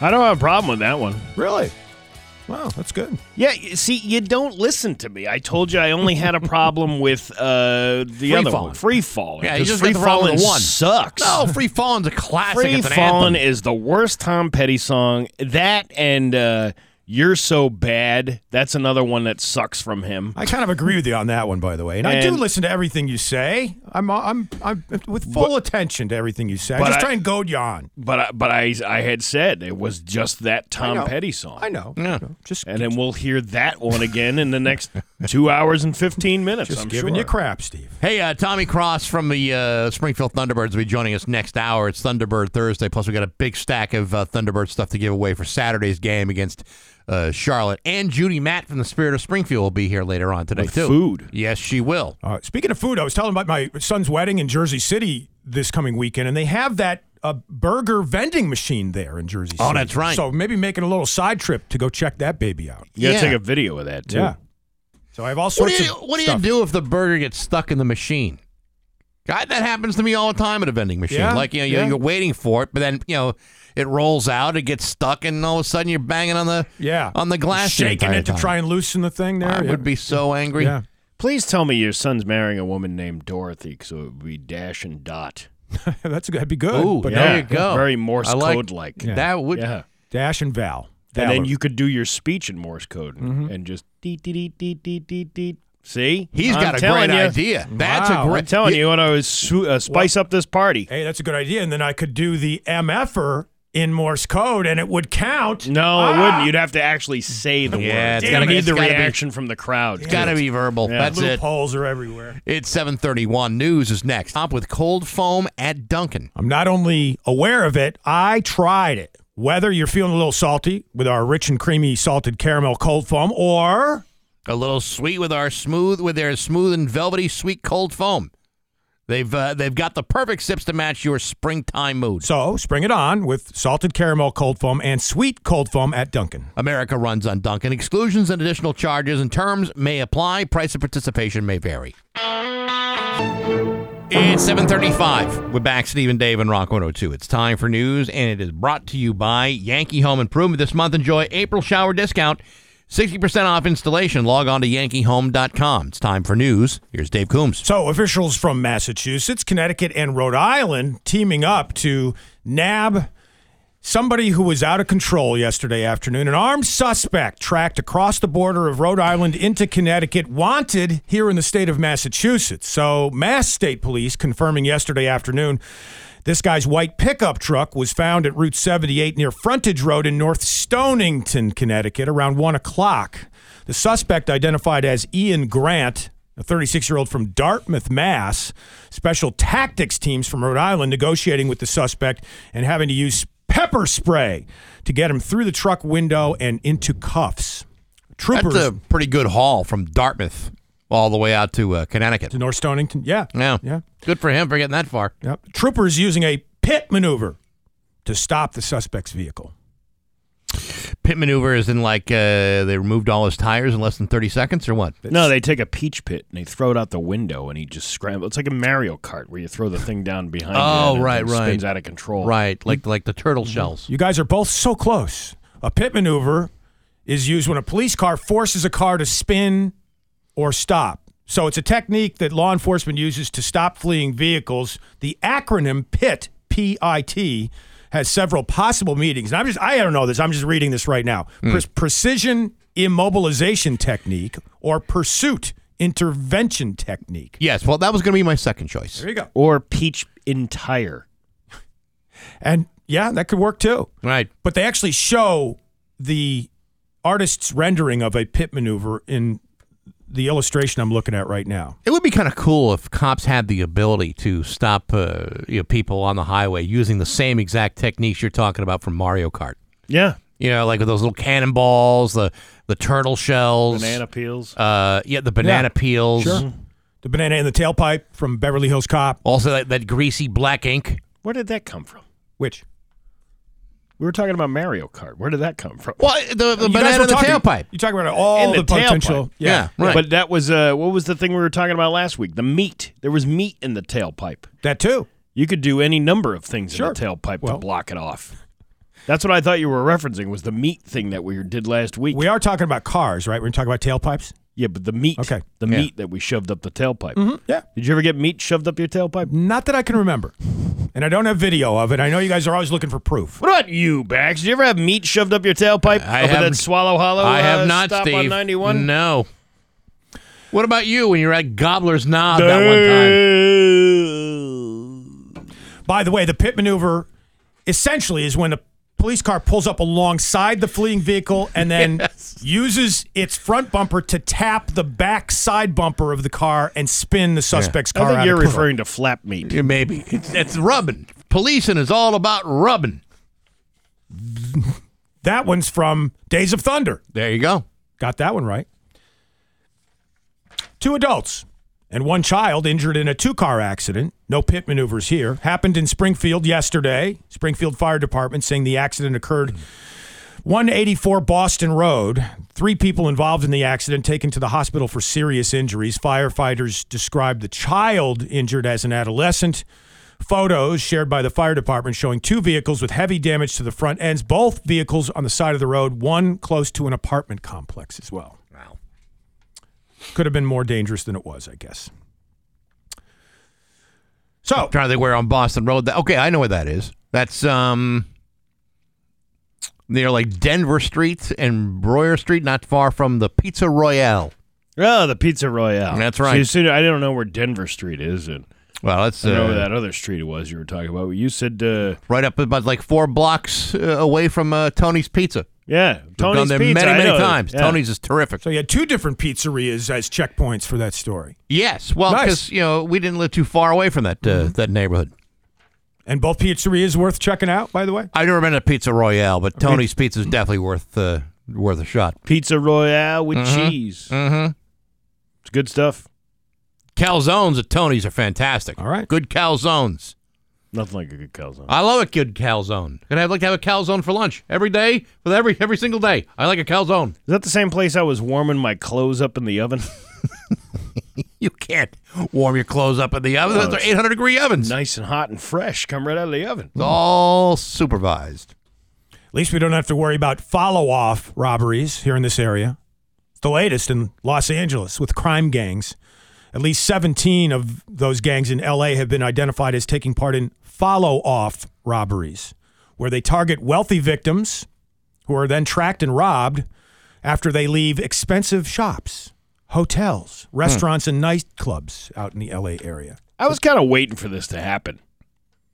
I don't have a problem with that one.
Really? Wow, that's good.
Yeah, you- see, you don't listen to me. I told you I only had a problem with uh, the other
falling.
one, free falling.
Yeah, you
'cause
just
free
got the wrong
falling
one.
sucks.
No, Free Falling's a classic.
Free
it's an
Fallin'
anthem.
is the worst Tom Petty song. That and uh, You're So Bad. That's another one that sucks from him.
I kind of agree with you on that one, by the way. And, I do
And-
listen to everything you say. I'm I'm I'm with full attention to everything you say. I
but
just
I-
try and goad you on.
But I, but I I had said it was just that
know.
Tom Petty song.
I know.
Yeah.
Just
And then we'll hear that one again in the next two hours and fifteen minutes.
just
I'm
giving
sure.
you crap, Steve.
Hey, uh, Tommy Cross from the uh, Springfield Thunderbirds will be joining us next hour. It's Thunderbird Thursday. Plus, we got a big stack of uh, Thunderbird stuff to give away for Saturday's game against uh, Charlotte. And Judy Matt from the Spirit of Springfield will be here later on today
With
too.
food.
Yes, she will.
Uh, speaking of food, I was telling about my son's wedding in Jersey City this coming weekend, and they have that uh, burger vending machine there in Jersey
Oh,
City.
that's right.
So maybe making a little side trip to go check that baby out.
You gotta
Yeah.
take a video of that too.
Yeah. So I have all
What
sorts
do you
of
What do you
stuff.
do if the burger gets stuck in the machine? God, that happens to me all the time at a vending machine.
Yeah,
like you know, you-
yeah.
you're waiting for it, but then you know it rolls out, it gets stuck, and all of a sudden you're banging on the
Yeah.
on the glass, the
shaking
entire
it to
time.
try and loosen the thing there.
I
yeah.
would be so angry.
Yeah.
Please tell me your son's marrying a woman named Dorothy, so it would be Dash and Dot.
That's that'd be good.
Ooh,
but
yeah. There
no.
you go.
Very Morse
I like-
code like.
Yeah.
That would
yeah.
Dash and Val.
And then
Valor.
you could do your speech in Morse code and just dee dee dee dee dee dee dee. See,
He's
I'm
got a
telling
great
you.
idea. That's
Wow.
a
I'm
great.
telling you, when I was su- uh, spice up this party.
Hey, that's a good idea. And then I could do the MFR in Morse code, and it would count.
No,
Ah!
it wouldn't. You'd have to actually say the
Yeah,
word.
it's
You
gotta-
need
it's
the
gotta be-
reaction from the crowd.
It's got to be verbal.
Yeah.
That's it.
Loopholes are everywhere.
It's 731. News is next. Top with cold foam at Duncan.
I'm not only aware of it, I tried it. Whether you're feeling a little salty with our rich and creamy salted caramel cold foam, or
A little sweet with our smooth with their smooth and velvety sweet cold foam. They've uh, they've got the perfect sips to match your springtime mood.
so, spring it on with salted caramel cold foam and sweet cold foam at Duncan.
America runs on Duncan. Exclusions and additional charges and terms may apply. Price of participation may vary. It's 735. We're back, Steve and Dave and Rock 102. It's time for news, and it is brought to you by Yankee Home Improvement. This month, enjoy April shower discount, 60% off installation. Log on to yankeehome.com. It's time for news. Here's Dave Coombs.
So, officials from Massachusetts, Connecticut, and Rhode Island teaming up to nab somebody who was out of control yesterday afternoon. An armed suspect tracked across the border of Rhode Island into Connecticut, wanted here in the state of Massachusetts. So, Mass State Police confirming yesterday afternoon this guy's white pickup truck was found at Route 78 near Frontage Road in North Stonington, Connecticut, around 1 o'clock. The suspect, identified as Ian Grant, a 36 year old from Dartmouth, Mass. Special tactics teams from Rhode Island negotiating with the suspect and having to use pepper spray to get him through the truck window and into cuffs. Troopers.
That's a pretty good haul from Dartmouth all the way out to uh, Connecticut. To
North Stonington, yeah.
Yeah. yeah. Good for him for getting that far.
Yep. Troopers using a pit maneuver to stop the suspect's vehicle.
Pit maneuver is in like uh, they removed all his tires in less than 30 seconds or what?
No, they take a peach pit and they throw it out the window and he just scrambles. It's like a Mario Kart where you throw the thing down behind you.
Oh,
and it
right, right.
Spins out of control. Mm-hmm.
Right, like like the turtle shells.
You guys are both so close. A pit maneuver is used when a police car forces a car to spin or stop. So it's a technique that law enforcement uses to stop fleeing vehicles. The acronym PIT, P I T, has several possible meanings. And I'm just I don't know this. I'm just reading this right now. Pre- precision immobilization technique or pursuit intervention technique.
Yes, well, that was going to be my second choice.
There you go.
Or peach entire.
And yeah, that could work too.
Right.
But they actually show the artist's rendering of a pit maneuver in the illustration I'm looking at right now.
It would be kind of cool if cops had the ability to stop uh, you know, people on the highway using the same exact techniques you're talking about from Mario Kart.
Yeah.
You know, like with those little cannonballs, the the turtle shells,
Banana peels.
Uh, yeah, the banana
Yeah.
peels.
Sure. The banana in the tailpipe from Beverly Hills Cop.
Also, that, that greasy black ink.
Where did that come from?
Which?
We were talking about Mario Kart. Where did that come from?
Well, the, the
You guys
banana
were
in the
talking-
tailpipe.
You're talking about all the, potential.
tailpipe. But that was uh, what was the thing we were talking about last week? The meat. There was meat in the tailpipe.
that too.
You could do any number of things
Sure.
in the tailpipe
Well-
to block it off. That's what I thought you were referencing was the meat thing that we did last week.
We are talking about cars, right? We're talking about tailpipes.
yeah, but the meat.
Okay. Mm-hmm.
The
Yeah.
meat that we shoved up the tailpipe.
Yeah.
Did you ever get meat shoved up your tailpipe?
Not that I can remember. And I don't have video of it. I know you guys are always looking for proof.
What about you, Bax? Did you ever have meat shoved up your tailpipe?
I
up at
haven't-
that Swallow Hollow.
I have
uh,
not,
stop
Steve.
on 91.
No. What about you when you were at Gobbler's Knob that one time?
By the way, the pit maneuver essentially is when a police car pulls up alongside the fleeing vehicle and then uses its front bumper to tap the back side bumper of the car and spin the suspect's
I
car.
think
out
you're
of control.
referring to flap meat.
Yeah, maybe. It's, it's rubbing. Policing is all about rubbing.
That one's from Days of Thunder.
There you go.
Got that one right. Two adults and one child injured in a two car accident. No pit maneuvers here. Happened in Springfield yesterday. Springfield Fire Department saying the accident occurred 184 Boston Road. Three people involved in the accident taken to the hospital for serious injuries. Firefighters described the child injured as an adolescent. Photos shared by the fire department showing two vehicles with heavy damage to the front ends, both vehicles on the side of the road, one close to an apartment complex as well.
Wow.
Could have been more dangerous than it was, I guess. So,
Trying to think where on Boston Road. That, okay, I know where that is. That's um near like Denver Street and Breuer Street, not far from the Pizza Royale.
Oh, the Pizza Royale.
That's right.
So you said- I don't know where Denver Street is, and
Well, that's
I don't know
uh,
where that other street was you were talking about. You said, uh,
right up about like four blocks uh, away from uh, Tony's Pizza.
yeah,
We've
Tony's
gone there
Pizza. I
many, many
know.
times.
Yeah.
Tony's is terrific.
so you had two different pizzerias as checkpoints for that story,
Yes, well,
Nice.
because you know we didn't live too far away from that uh, that neighborhood.
and both pizzerias worth checking out, by the way.
I've never been to Pizza Royale, but Tony's Pizza is definitely worth uh, worth a shot.
Pizza Royale with cheese.
Mm-hmm.
It's good stuff.
Calzones at Tony's are fantastic.
All right.
good calzones.
Nothing like a good calzone.
I love a good calzone. And I'd like to have a calzone for lunch every day, with every every single day. I like a calzone.
is that the same place I was warming my clothes up in the oven?
You can't warm your clothes up in the oven. Those are 800 degree ovens.
nice and hot and fresh. Come right out of the oven.
It's all supervised.
At least we don't have to worry about follow off robberies here in this area. It's the latest in Los Angeles with crime gangs. At least 17 of those gangs in LA have been identified as taking part in follow off robberies, where they target wealthy victims who are then tracked and robbed after they leave expensive shops, hotels, restaurants, and nightclubs out in the LA area.
I was kind of waiting for this to happen.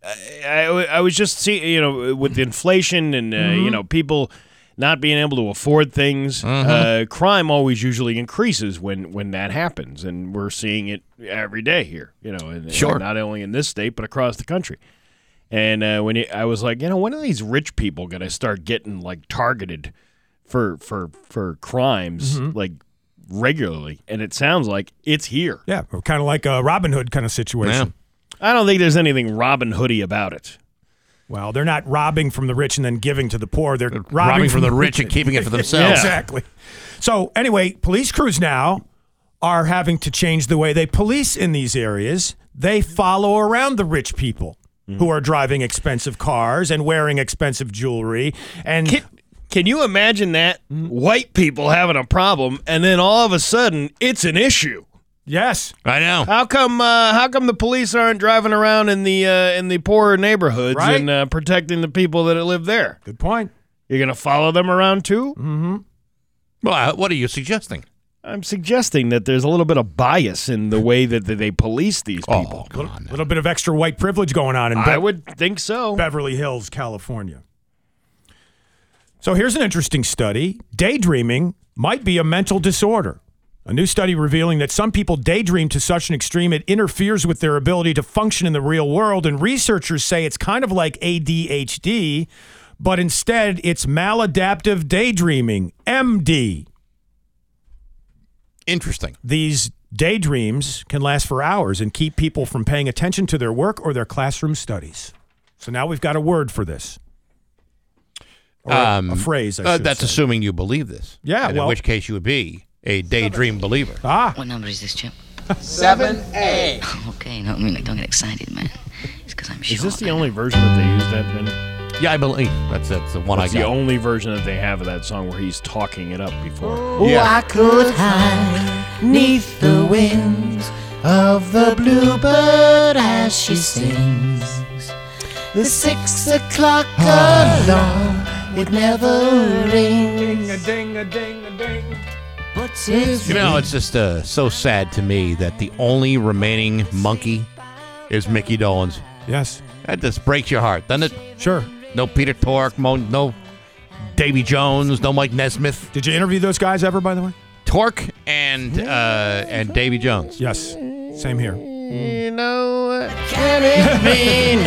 I, I, I was just see you know, with the inflation and, uh, you know, people not being able to afford things. Uh, crime always usually increases when when that happens, and we're seeing it every day here. You know, and, and
Sure.
not only in this state but across the country. And uh, when you, I was like, you know, when are these rich people gonna start getting like targeted for for for crimes like regularly? And it sounds like it's here.
Yeah, kind of like a Robin Hood kind of situation.
I don't think there's anything Robin Hoodie about it.
Well, they're not robbing from the rich and then giving to the poor. They're, robbing,
robbing from the rich and keeping it for themselves.
exactly. So, anyway, police crews now are having to change the way they police in these areas. They follow around the rich people
Mm.
who are driving expensive cars and wearing expensive jewelry and
Can you imagine that white people having a problem, and then all of a sudden it's an issue?
Yes,
I know.
How come? Uh, how come the police aren't driving around in the uh, in the poorer neighborhoods
Right.
and uh, protecting the people that live there?
Good point.
You're gonna follow them around too?
Mm-hmm.
Well, what are you suggesting?
I'm suggesting that there's a little bit of bias in the way that that they police these people.
Oh,
a little bit of extra white privilege going on in
I
Be-
would think so.
Beverly Hills, California. So here's an interesting study. Daydreaming might be a mental disorder. A new study revealing that some people daydream to such an extreme it interferes with their ability to function in the real world. And researchers say it's kind of like ADHD, but instead it's maladaptive daydreaming, MD.
Interesting.
These daydreams can last for hours and keep people from paying attention to their work or their classroom studies. So now we've got a word for this. Or a- a phrase, I
uh,
should
that's
say.
assuming you believe this.
Yeah,
And
well-
in which case you would be a daydream believer.
Ah.
What number is this, Chip?
7A.
Okay, no, I mean, like, don't get excited, man. It's because I'm sure.
Is this the only version that they use that? In?
Yeah, I believe that's that's the one
That's
I
the
got.
only version that they have of that song where he's talking it up before.
Yeah.
I could hide neath the wings of the bluebird as she sings. The six o'clock
Ah.
alarm, it never rings. Ding a ding a ding a ding. But it's
You know, it's just uh, so sad to me that the only remaining monkey is Mickey Dolenz.
Yes.
That just breaks your heart, doesn't it?
Sure.
No Peter Tork, mo- no Davy Jones, no Mike Nesmith.
Did you interview those guys ever, by the way?
Tork and uh, and Davy Jones.
Yes. Same here.
You know what can it mean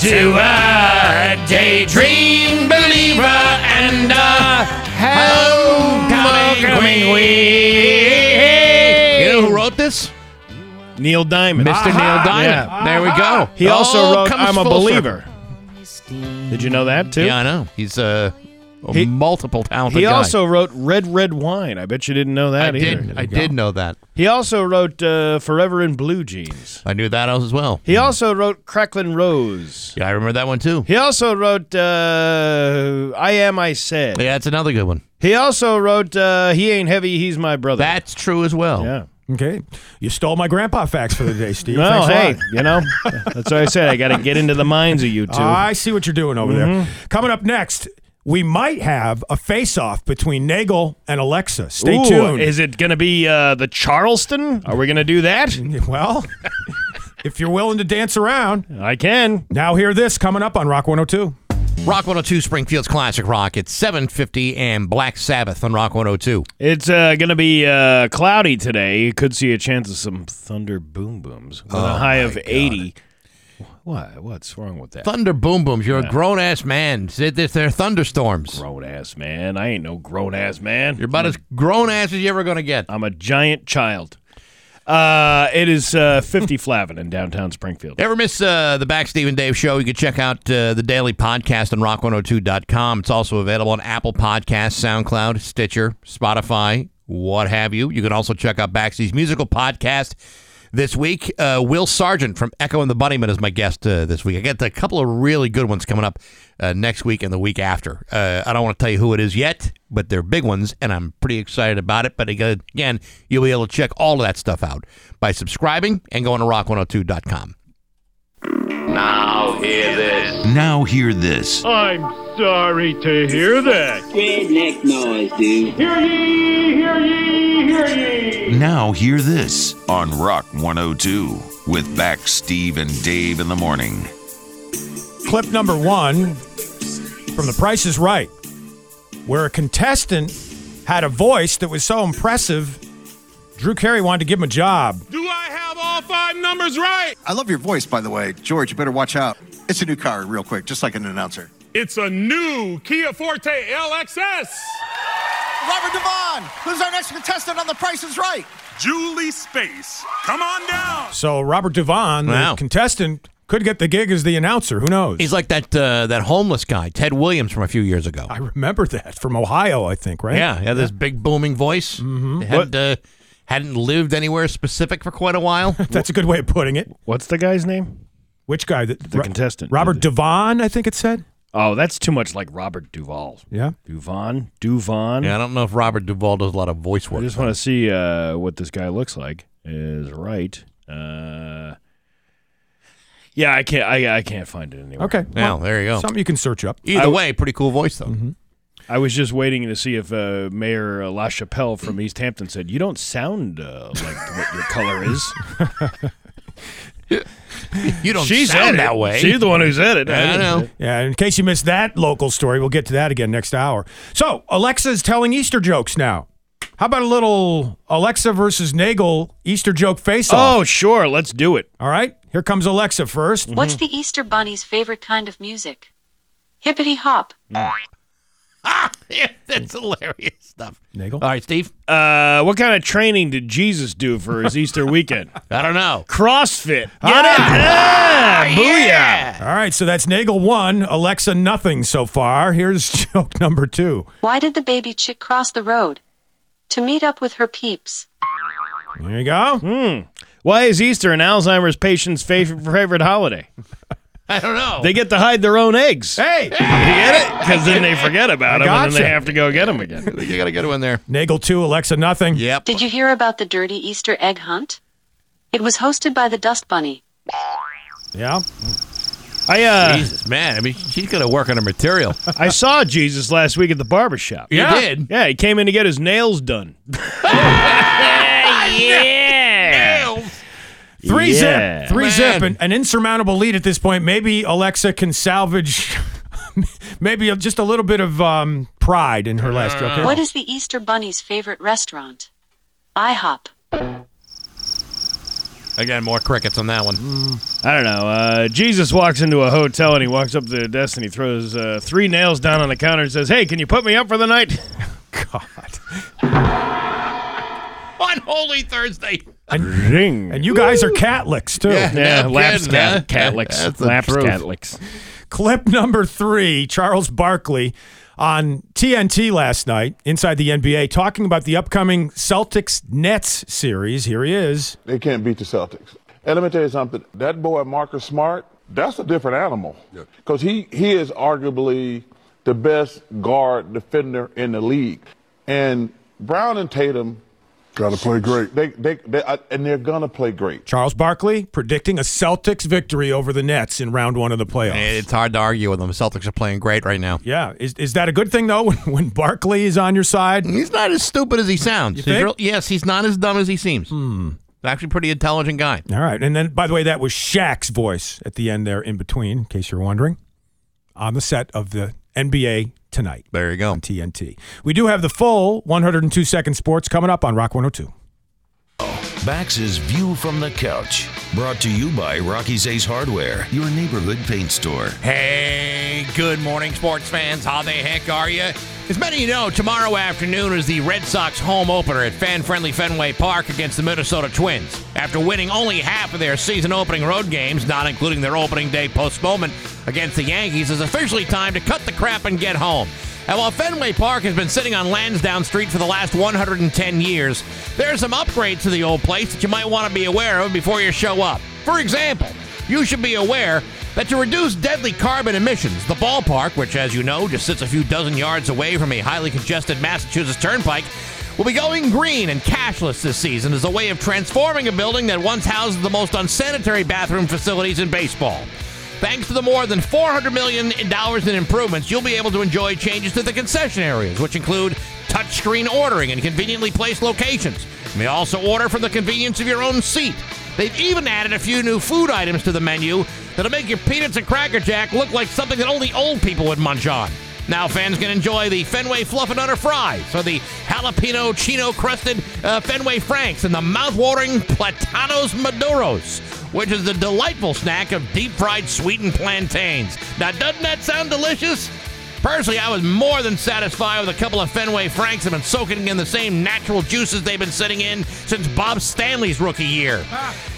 to
a daydream believer and a homecoming
You know
queen?
who wrote this?
Neil Diamond.
Mr. Neil Diamond. There we go.
He
It
also
all
wrote
comes
I'm a
full
Believer. Did you know that too?
Yeah, I know. He's uh, a multiple talented
He
guy.
also wrote Red Red Wine. I bet you didn't know that
I
either.
did. I did know that.
He also wrote uh, Forever in Blue Jeans.
I knew that as well.
He also wrote Cracklin' Rose.
Yeah, I remember that one too.
He also wrote uh, I Am I Said.
Yeah, it's another good one.
He also wrote uh, He Ain't Heavy, He's My Brother.
That's true as well.
Yeah.
Okay. You stole my grandpa facts for the day, Steve.
No,
Thanks a
Oh, hey,
lot.
you know, that's what I said. I got to get into the minds of you two.
I see what you're doing over
Mhm.
there. Coming up next, we might have a face-off between Nagel and Alexa. Stay
Ooh,
tuned.
Is it going to be uh, the Charleston? Are we going to do that?
well, if you're willing to dance around,
I can.
Now hear this coming up on Rock 102.
Rock 102 Springfield's Classic Rock at 750 and Black Sabbath on Rock 102.
It's uh, going to be uh, cloudy today. Could see a chance of some thunder boom booms with a
Oh,
high
my
of 80. What? What's wrong with that?
Thunder boom booms. You're a grown ass man. They're, they're thunderstorms.
Grown ass man. I ain't no grown ass man. You're
about as grown ass as you're ever going to get.
I'm a giant child. Uh, it is uh, 50 Flavin in downtown Springfield.
Ever miss uh, the Back Steve and Dave show? You can check out uh, the daily podcast on rock102.com. It's also available on Apple Podcasts, SoundCloud, Stitcher, Spotify, what have you. You can also check out Backstreet's musical podcast this week. Uh, Will Sargent from Echo and the Bunnymen is my guest uh, this week. I got a couple of really good ones coming up uh, next week and the week after. Uh, I don't want to tell you who it is yet, but they're big ones, and I'm pretty excited about it. But again, again, you'll be able to check all of that stuff out by subscribing and going to rock102.com.
Now hear this.
Now hear this.
I'm sorry to hear that. Redneck noise, dude. Hear ye, hear ye, hear ye.
Now hear this on Rock 102 with back Steve and Dave in the morning.
Clip number one from The Price is Right. where a contestant had a voice that was so impressive, Drew Carey wanted to give him a job.
Do I have all five numbers right?
I love your voice, by the way. George, you better watch out. It's a new car, real quick, just like an announcer.
It's a new Kia Forte LXS.
Robert Devon, who's our next contestant on The Price is Right?
Julie Space. Come on down.
So Robert Devon,
Wow.
the contestant, could get the gig as the announcer. Who knows?
He's like that uh, that homeless guy, Ted Williams, from a few years ago.
I remember that from Ohio, I think, right?
Yeah, yeah, this big booming voice. Mm-hmm. Had, uh, hadn't lived anywhere specific for quite a while.
That's a good way of putting it.
What's the guy's name?
Which guy? The,
The contestant.
Robert Devon, I think it said.
Oh, that's too much like Robert Duvall.
Yeah.
Duvon. Duvon.
Yeah, I don't know if Robert Duvall does a lot of voice
I
work.
just want to see uh, what this guy looks like. Is right. Uh, yeah, I can't. I, I can't find it anywhere.
Okay.
Well, there you go.
Something you can search up.
Either way, pretty cool voice though.
Mm-hmm. I was just waiting to see if uh, Mayor uh, LaChapelle from East Hampton said, "You don't sound uh, like what your color is."
You don't
She said
sound
it.
that way.
She's the one who said it.
I know.
Yeah, in case you missed that local story, we'll get to that again next hour. So, Alexa's telling Easter jokes now. How about a little Alexa versus Nagel Easter joke face off?
Oh, sure. Let's do it.
All right, here comes Alexa first.
What's the Easter Bunny's favorite kind of music? Hippity hop.
Ah, Yeah, that's hilarious stuff.
Nagel?
All right, Steve.
Uh, what kind of training did Jesus do for his Easter weekend?
I don't know.
CrossFit. Get
Ah,
it? Yeah, booyah.
All right, so that's Nagel one, Alexa nothing so far. Here's joke number two.
Why did the baby chick cross the road? To meet up with her peeps.
There you go.
Hmm. Why is Easter an Alzheimer's patient's favorite, favorite holiday?
I don't know.
They get to hide their own eggs.
Hey,
you get it? Because then they forget about
I
them and then
gotcha.
they have to go get them again.
you got to get one there.
Nagel two, Alexa nothing.
Yep.
Did you hear about the dirty Easter egg hunt? It was hosted by the Dust Bunny.
Yeah.
I uh,
Jesus, man. I mean, she's got to work on her material.
I saw Jesus last week at the barber shop.
You
yeah.
did?
Yeah, he came in to get his nails done. yeah.
Three
Yeah.
zip. Three
Man.
zip. An, an insurmountable lead at this point. Maybe Alexa can salvage maybe just a little bit of um, pride in her last joke.
What is the Easter Bunny's favorite restaurant? IHOP.
I got more crickets on that one.
Mm. I don't know. Uh, Jesus walks into a hotel and he walks up to the desk and he throws uh, three nails down on the counter and says, "Hey, can you put me up for the night?"
God.
On Holy Thursday.
Ring.
And you guys are Catholics, too.
yeah, laps
kidding, huh?
cat- Catholics.
That's the
Laps
truth.
Catholics.
Clip number three Charles Barkley on TNT last night, inside the NBA, talking about the upcoming Celtics Nets series. Here he is.
They can't beat the Celtics. And let me tell you something. That boy Marcus Smart, that's a different animal. Because he, he is arguably the best guard defender in the league. And Brown and Tatum gotta play great. They they, they I, and they're gonna play great.
Charles Barkley predicting a Celtics victory over the Nets in round one of the playoffs.
It's hard to argue with them. The Celtics are playing great right now.
Yeah, is, is that a good thing though? When, when Barkley is on your side,
He's not as stupid as he sounds. He's
think?
real- yes, he's not as dumb as he seems. Actually, pretty intelligent guy.
all right. And then, by the way, that was Shaq's voice at the end there, in between, in case you're wondering, on the set of the NBA tonight
There you go.
on TNT. We do have the full 102 second sports coming up on Rock 102.
Bax's View from the Couch, brought to you by Rocky's Ace Hardware, your neighborhood paint store.
Hey, good morning, sports fans. How the heck are you? As many of you know, tomorrow afternoon is the Red Sox home opener at fan friendly Fenway Park against the Minnesota Twins. After winning only half of their season opening road games, not including their opening day postponement against the Yankees, it's officially time to cut the crap and get home. And while Fenway Park has been sitting on Lansdowne Street for the last 110 years, there are some upgrades to the old place that you might want to be aware of before you show up. For example, you should be aware that to reduce deadly carbon emissions, the ballpark, which as you know just sits a few dozen yards away from a highly congested Massachusetts turnpike, will be going green and cashless this season as a way of transforming a building that once housed the most unsanitary bathroom facilities in baseball. Thanks to the more than $400 million in improvements, you'll be able to enjoy changes to the concession areas, which include touchscreen ordering in conveniently placed locations. You may also order from the convenience of your own seat. They've even added a few new food items to the menu that'll make your peanuts and cracker jack look like something that only old people would munch on. Now fans can enjoy the Fenway Fluffin' Under Fry, so the jalapeno chino crusted uh, Fenway Franks and the mouth-watering Platanos Maduros, which is the delightful snack of deep-fried sweetened plantains. Now doesn't that sound delicious? Personally, I was more than satisfied with a couple of Fenway Franks that have been soaking in the same natural juices they've been sitting in since Bob Stanley's rookie year.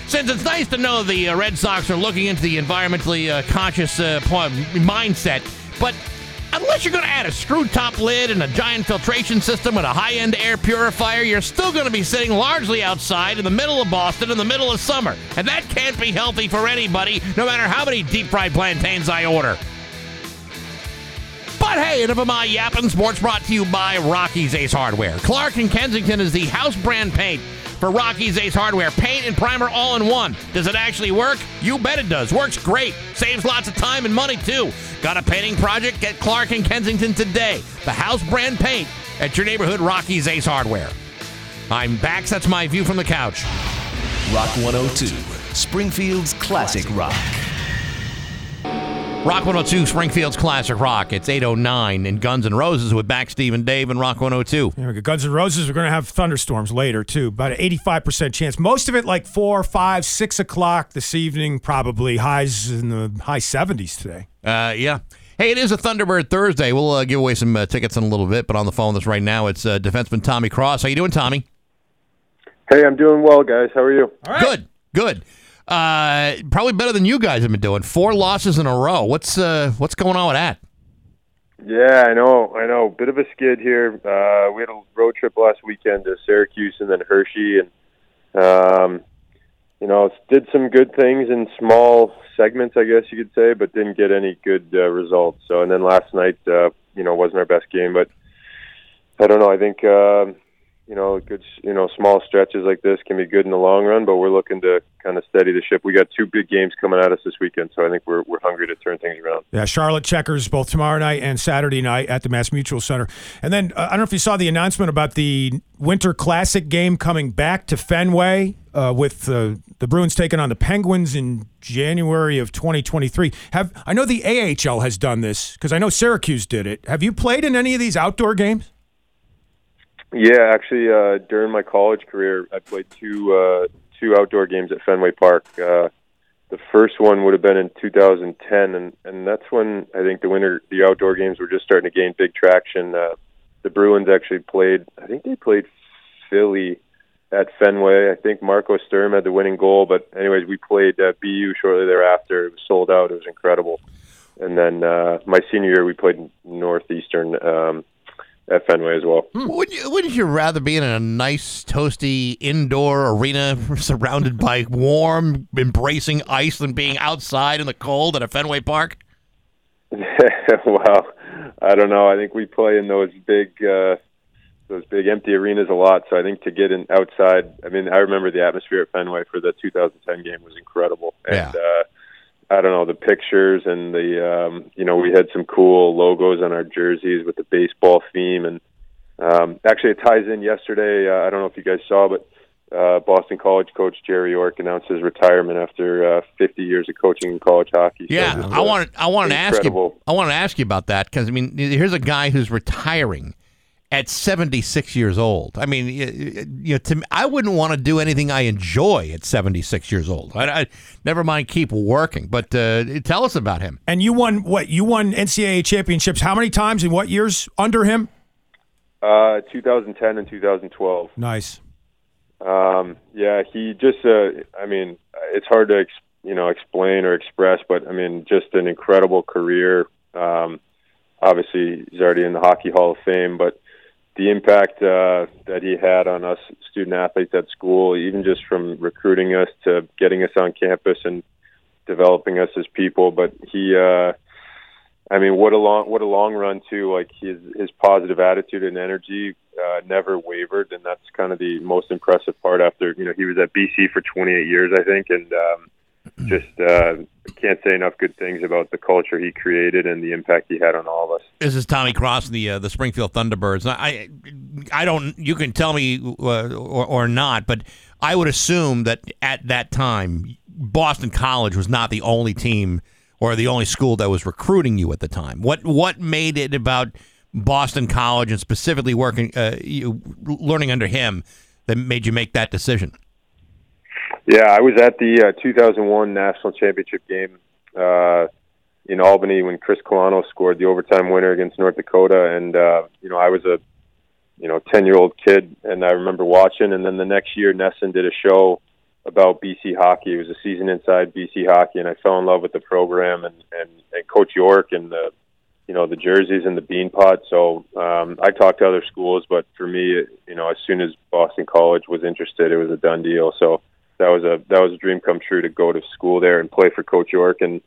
Since it's nice to know the uh, Red Sox are looking into the environmentally uh, conscious uh, po- mindset, but unless you're going to add a screw top lid and a giant filtration system with a high end air purifier, you're still going to be sitting largely outside in the middle of Boston in the middle of summer. And that can't be healthy for anybody, no matter how many deep fried plantains I order. But hey, enough of my yapping. Sports brought to you by Rocky's Ace Hardware. Clark and Kensington is the house brand paint for Rocky's Ace Hardware. Paint and primer all in one. Does it actually work? You bet it does. Works great. Saves lots of time and money too. Got a painting project? Get Clark and Kensington today. The house brand paint at your neighborhood Rocky's Ace Hardware. I'm back. That's my view from the couch.
Rock 102, Springfield's classic rock.
Rock 102, Springfield's Classic Rock. It's 809 and Guns N' Roses with back Steve and Dave and Rock 102.
There we go. Guns N' Roses, we're going to have thunderstorms later, too. About an 85% chance. Most of it like 4, 5, 6 o'clock this evening, probably. Highs in the high 70s today.
Uh, yeah. Hey, it is a Thunderbird Thursday. We'll uh, give away some uh, tickets in a little bit, but on the phone with us right now, it's uh, defenseman Tommy Cross. How you doing, Tommy?
Hey, I'm doing well, guys. How are you?
Good, good. Uh, probably better than you guys have been doing. Four losses in a row. What's uh, what's going on with that?
Yeah, I know. I know. Bit of a skid here. Uh, we had a road trip last weekend to Syracuse and then Hershey, and um, you know, did some good things in small segments, I guess you could say, but didn't get any good uh, results. So, and then last night, uh, you know, wasn't our best game, but I don't know. I think um, you know, good, you know, small stretches like this can be good in the long run, but we're looking to kind of steady the ship. We got two big games coming at us this weekend, so I think we're we're hungry to turn things around.
Yeah, Charlotte Checkers both tomorrow night and Saturday night at the Mass Mutual Center. And then uh, I don't know if you saw the announcement about the Winter Classic game coming back to Fenway uh, with uh, the Bruins taking on the Penguins in January of 2023. Have I know the AHL has done this because I know Syracuse did it. Have you played in any of these outdoor games?
Yeah, actually, uh, during my college career, I played two uh, two outdoor games at Fenway Park. Uh, the first one would have been in 2010, and and that's when I think the winter the outdoor games were just starting to gain big traction. Uh, the Bruins actually played. I think they played Philly at Fenway. I think Marco Sturm had the winning goal, but anyways, we played uh, BU shortly thereafter. It was sold out. It was incredible. And then uh, my senior year, we played Northeastern um, at Fenway as well.
Hmm. Wouldn't you, wouldn't you rather be in a nice, toasty indoor arena surrounded by warm, embracing ice than being outside in the cold at a Fenway Park?
wow, I don't know. I think we play in those big, uh, those big empty arenas a lot. So I think to get in outside, I mean, I remember the atmosphere at Fenway for the 2010 game was incredible, and uh, I don't know the pictures and the, um, you know, we had some cool logos on our jerseys with the baseball theme, and um, actually it ties in. Yesterday, uh, I don't know if you guys saw, but uh, Boston College coach Jerry York announced his retirement after uh, 50 years of coaching in college hockey. So
Yeah,
just,
I
uh,
wanted I wanted to ask you
incredible.
I wanted to ask you about that because I mean here's a guy who's retiring at 76 years old. I mean, y- y- you know, to me, I wouldn't want to do anything I enjoy at 76 years old. I, I never mind keep working, but uh, tell us about him.
And you won what? You won NCAA championships how many times in what years under him?
Uh, 2010 and 2012.
Nice.
Um, yeah, he just, uh, I mean, it's hard to, ex- you know, explain or express, but I mean, just an incredible career. Um, obviously, he's already in the Hockey Hall of Fame, but the impact uh, that he had on us student athletes at school, even just from recruiting us to getting us on campus and developing us as people, but he, uh, I mean, what a long what a long run too. Like his his positive attitude and energy uh, never wavered, and that's kind of the most impressive part. After you know he was at BC for 28 years, I think, and um, just uh, can't say enough good things about the culture he created and the impact he had on all of us.
This is Tommy Cross, the uh, the Springfield Thunderbirds. And I, I don't. You can tell me uh, or, or not, but I would assume that at that time, Boston College was not the only team or the only school that was recruiting you at the time? What what made it about Boston College and specifically working uh, you, learning under him that made you make that decision?
Yeah, I was at the uh, 2001 national championship game uh, in Albany when Chris Colano scored the overtime winner against North Dakota, and uh, you know I was a you know 10 year old kid, and I remember watching. And then the next year, Nesson did a show about BC hockey. It was a season inside BC hockey, and I fell in love with the program and and, and Coach York and the you know the jerseys and the bean pot. So um, I talked to other schools, but for me, it- you know, as soon as Boston College was interested, it was a done deal. So that was a that was a dream come true to go to school there and play for Coach York. And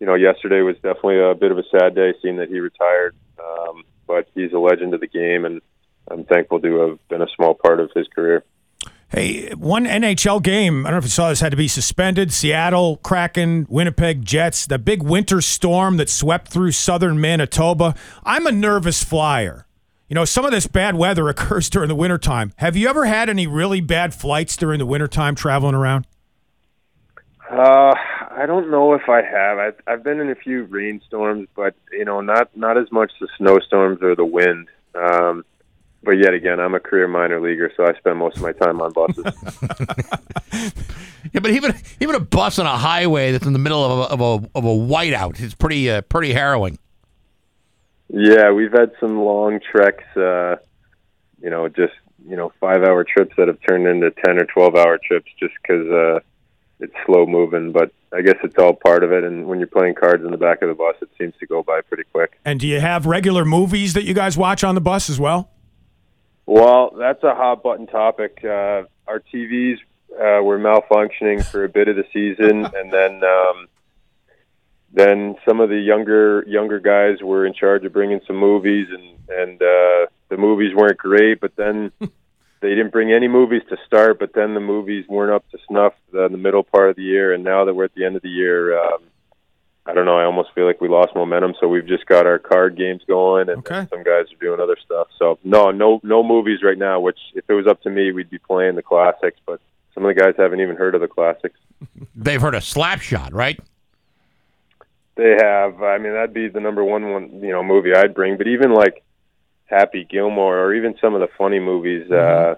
you know, yesterday was definitely a bit of a sad day seeing that he retired. Um, but he's a legend of the game, and I'm thankful to have been a small part of his career.
Hey, one NHL game, I don't know if you saw this, had to be suspended. Seattle, Kraken, Winnipeg Jets, the big winter storm that swept through southern Manitoba. I'm a nervous flyer. You know, some of this bad weather occurs during the wintertime. Have you ever had any really bad flights during the wintertime traveling around?
Uh, I don't know if I have. I've, I've been in a few rainstorms, but you know, not not as much the snowstorms or the wind. Um, but yet again, I'm a career minor leaguer, so I spend most of my time on buses.
Yeah, but even even a bus on a highway that's in the middle of a of a, of a whiteout is pretty uh, pretty harrowing.
yeah, we've had some long treks. Uh, you know, just you know, five hour trips that have turned into ten or twelve hour trips just because uh, it's slow moving. But I guess it's all part of it. And when you're playing cards in the back of the bus, it seems to go by pretty quick.
And do you have regular movies that you guys watch on the bus as well?
Well, that's a hot button topic. Uh, our TVs uh, were malfunctioning for a bit of the season, and then um, then some of the younger younger guys were in charge of bringing some movies, and and uh, the movies weren't great. But then they didn't bring any movies to start. But then the movies weren't up to snuff the, the middle part of the year, and now that we're at the end of the year. Um, I don't know. I almost feel like we lost momentum, so we've just got our card games going, and then some guys are doing other stuff. So no, no, no movies right now. Which, if it was up to me, we'd be playing the classics. But some of the guys haven't even heard of the classics.
They've heard of Slapshot, right?
They have. I mean, that'd be the number one one you know movie I'd bring. But even like Happy Gilmore, or even some of the funny movies. Uh,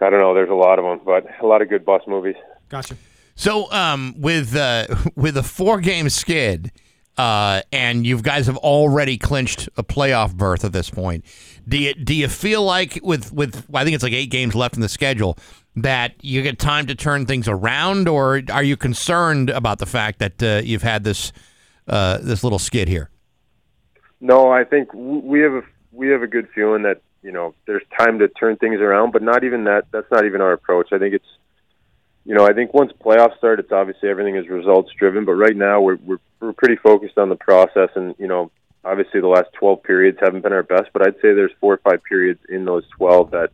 I don't know. There's a lot of them, but a lot of good bus movies.
Gotcha.
So, um, with uh, with a four game skid, uh, and you guys have already clinched a playoff berth at this point. Do you do you feel like with with well, I think it's like eight games left in the schedule that you get time to turn things around, or are you concerned about the fact that uh, you've had this uh, this little skid here?
No, I think w- we have a we have a good feeling that you know there's time to turn things around, but not even that. That's not even our approach. I think it's you know I think once playoffs start, it's obviously everything is results driven. But right now we're we're, we're pretty focused on the process, and you know obviously the last 12 periods haven't been our best, but I'd say there's four or five periods in those 12 that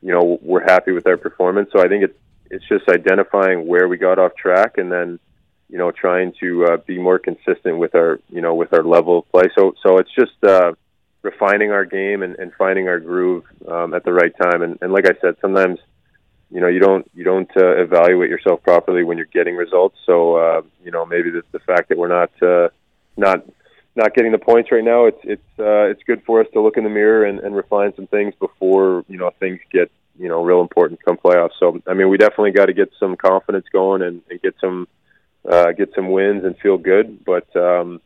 you know we're happy with our performance. So I think it's it's just identifying where we got off track and then you know trying to uh, be more consistent with our you know with our level of play. So so it's just uh, refining our game and, and finding our groove um, at the right time. And, and like I said, sometimes you know you don't you don't uh, evaluate yourself properly when you're getting results. So uh, you know maybe the, the fact that we're not uh, not not getting the points right now, it's it's uh, it's good for us to look in the mirror and, and refine some things before you know things get you know real important come playoffs. So I mean, we definitely got to get some confidence going and, and get some uh, get some wins and feel good. But um,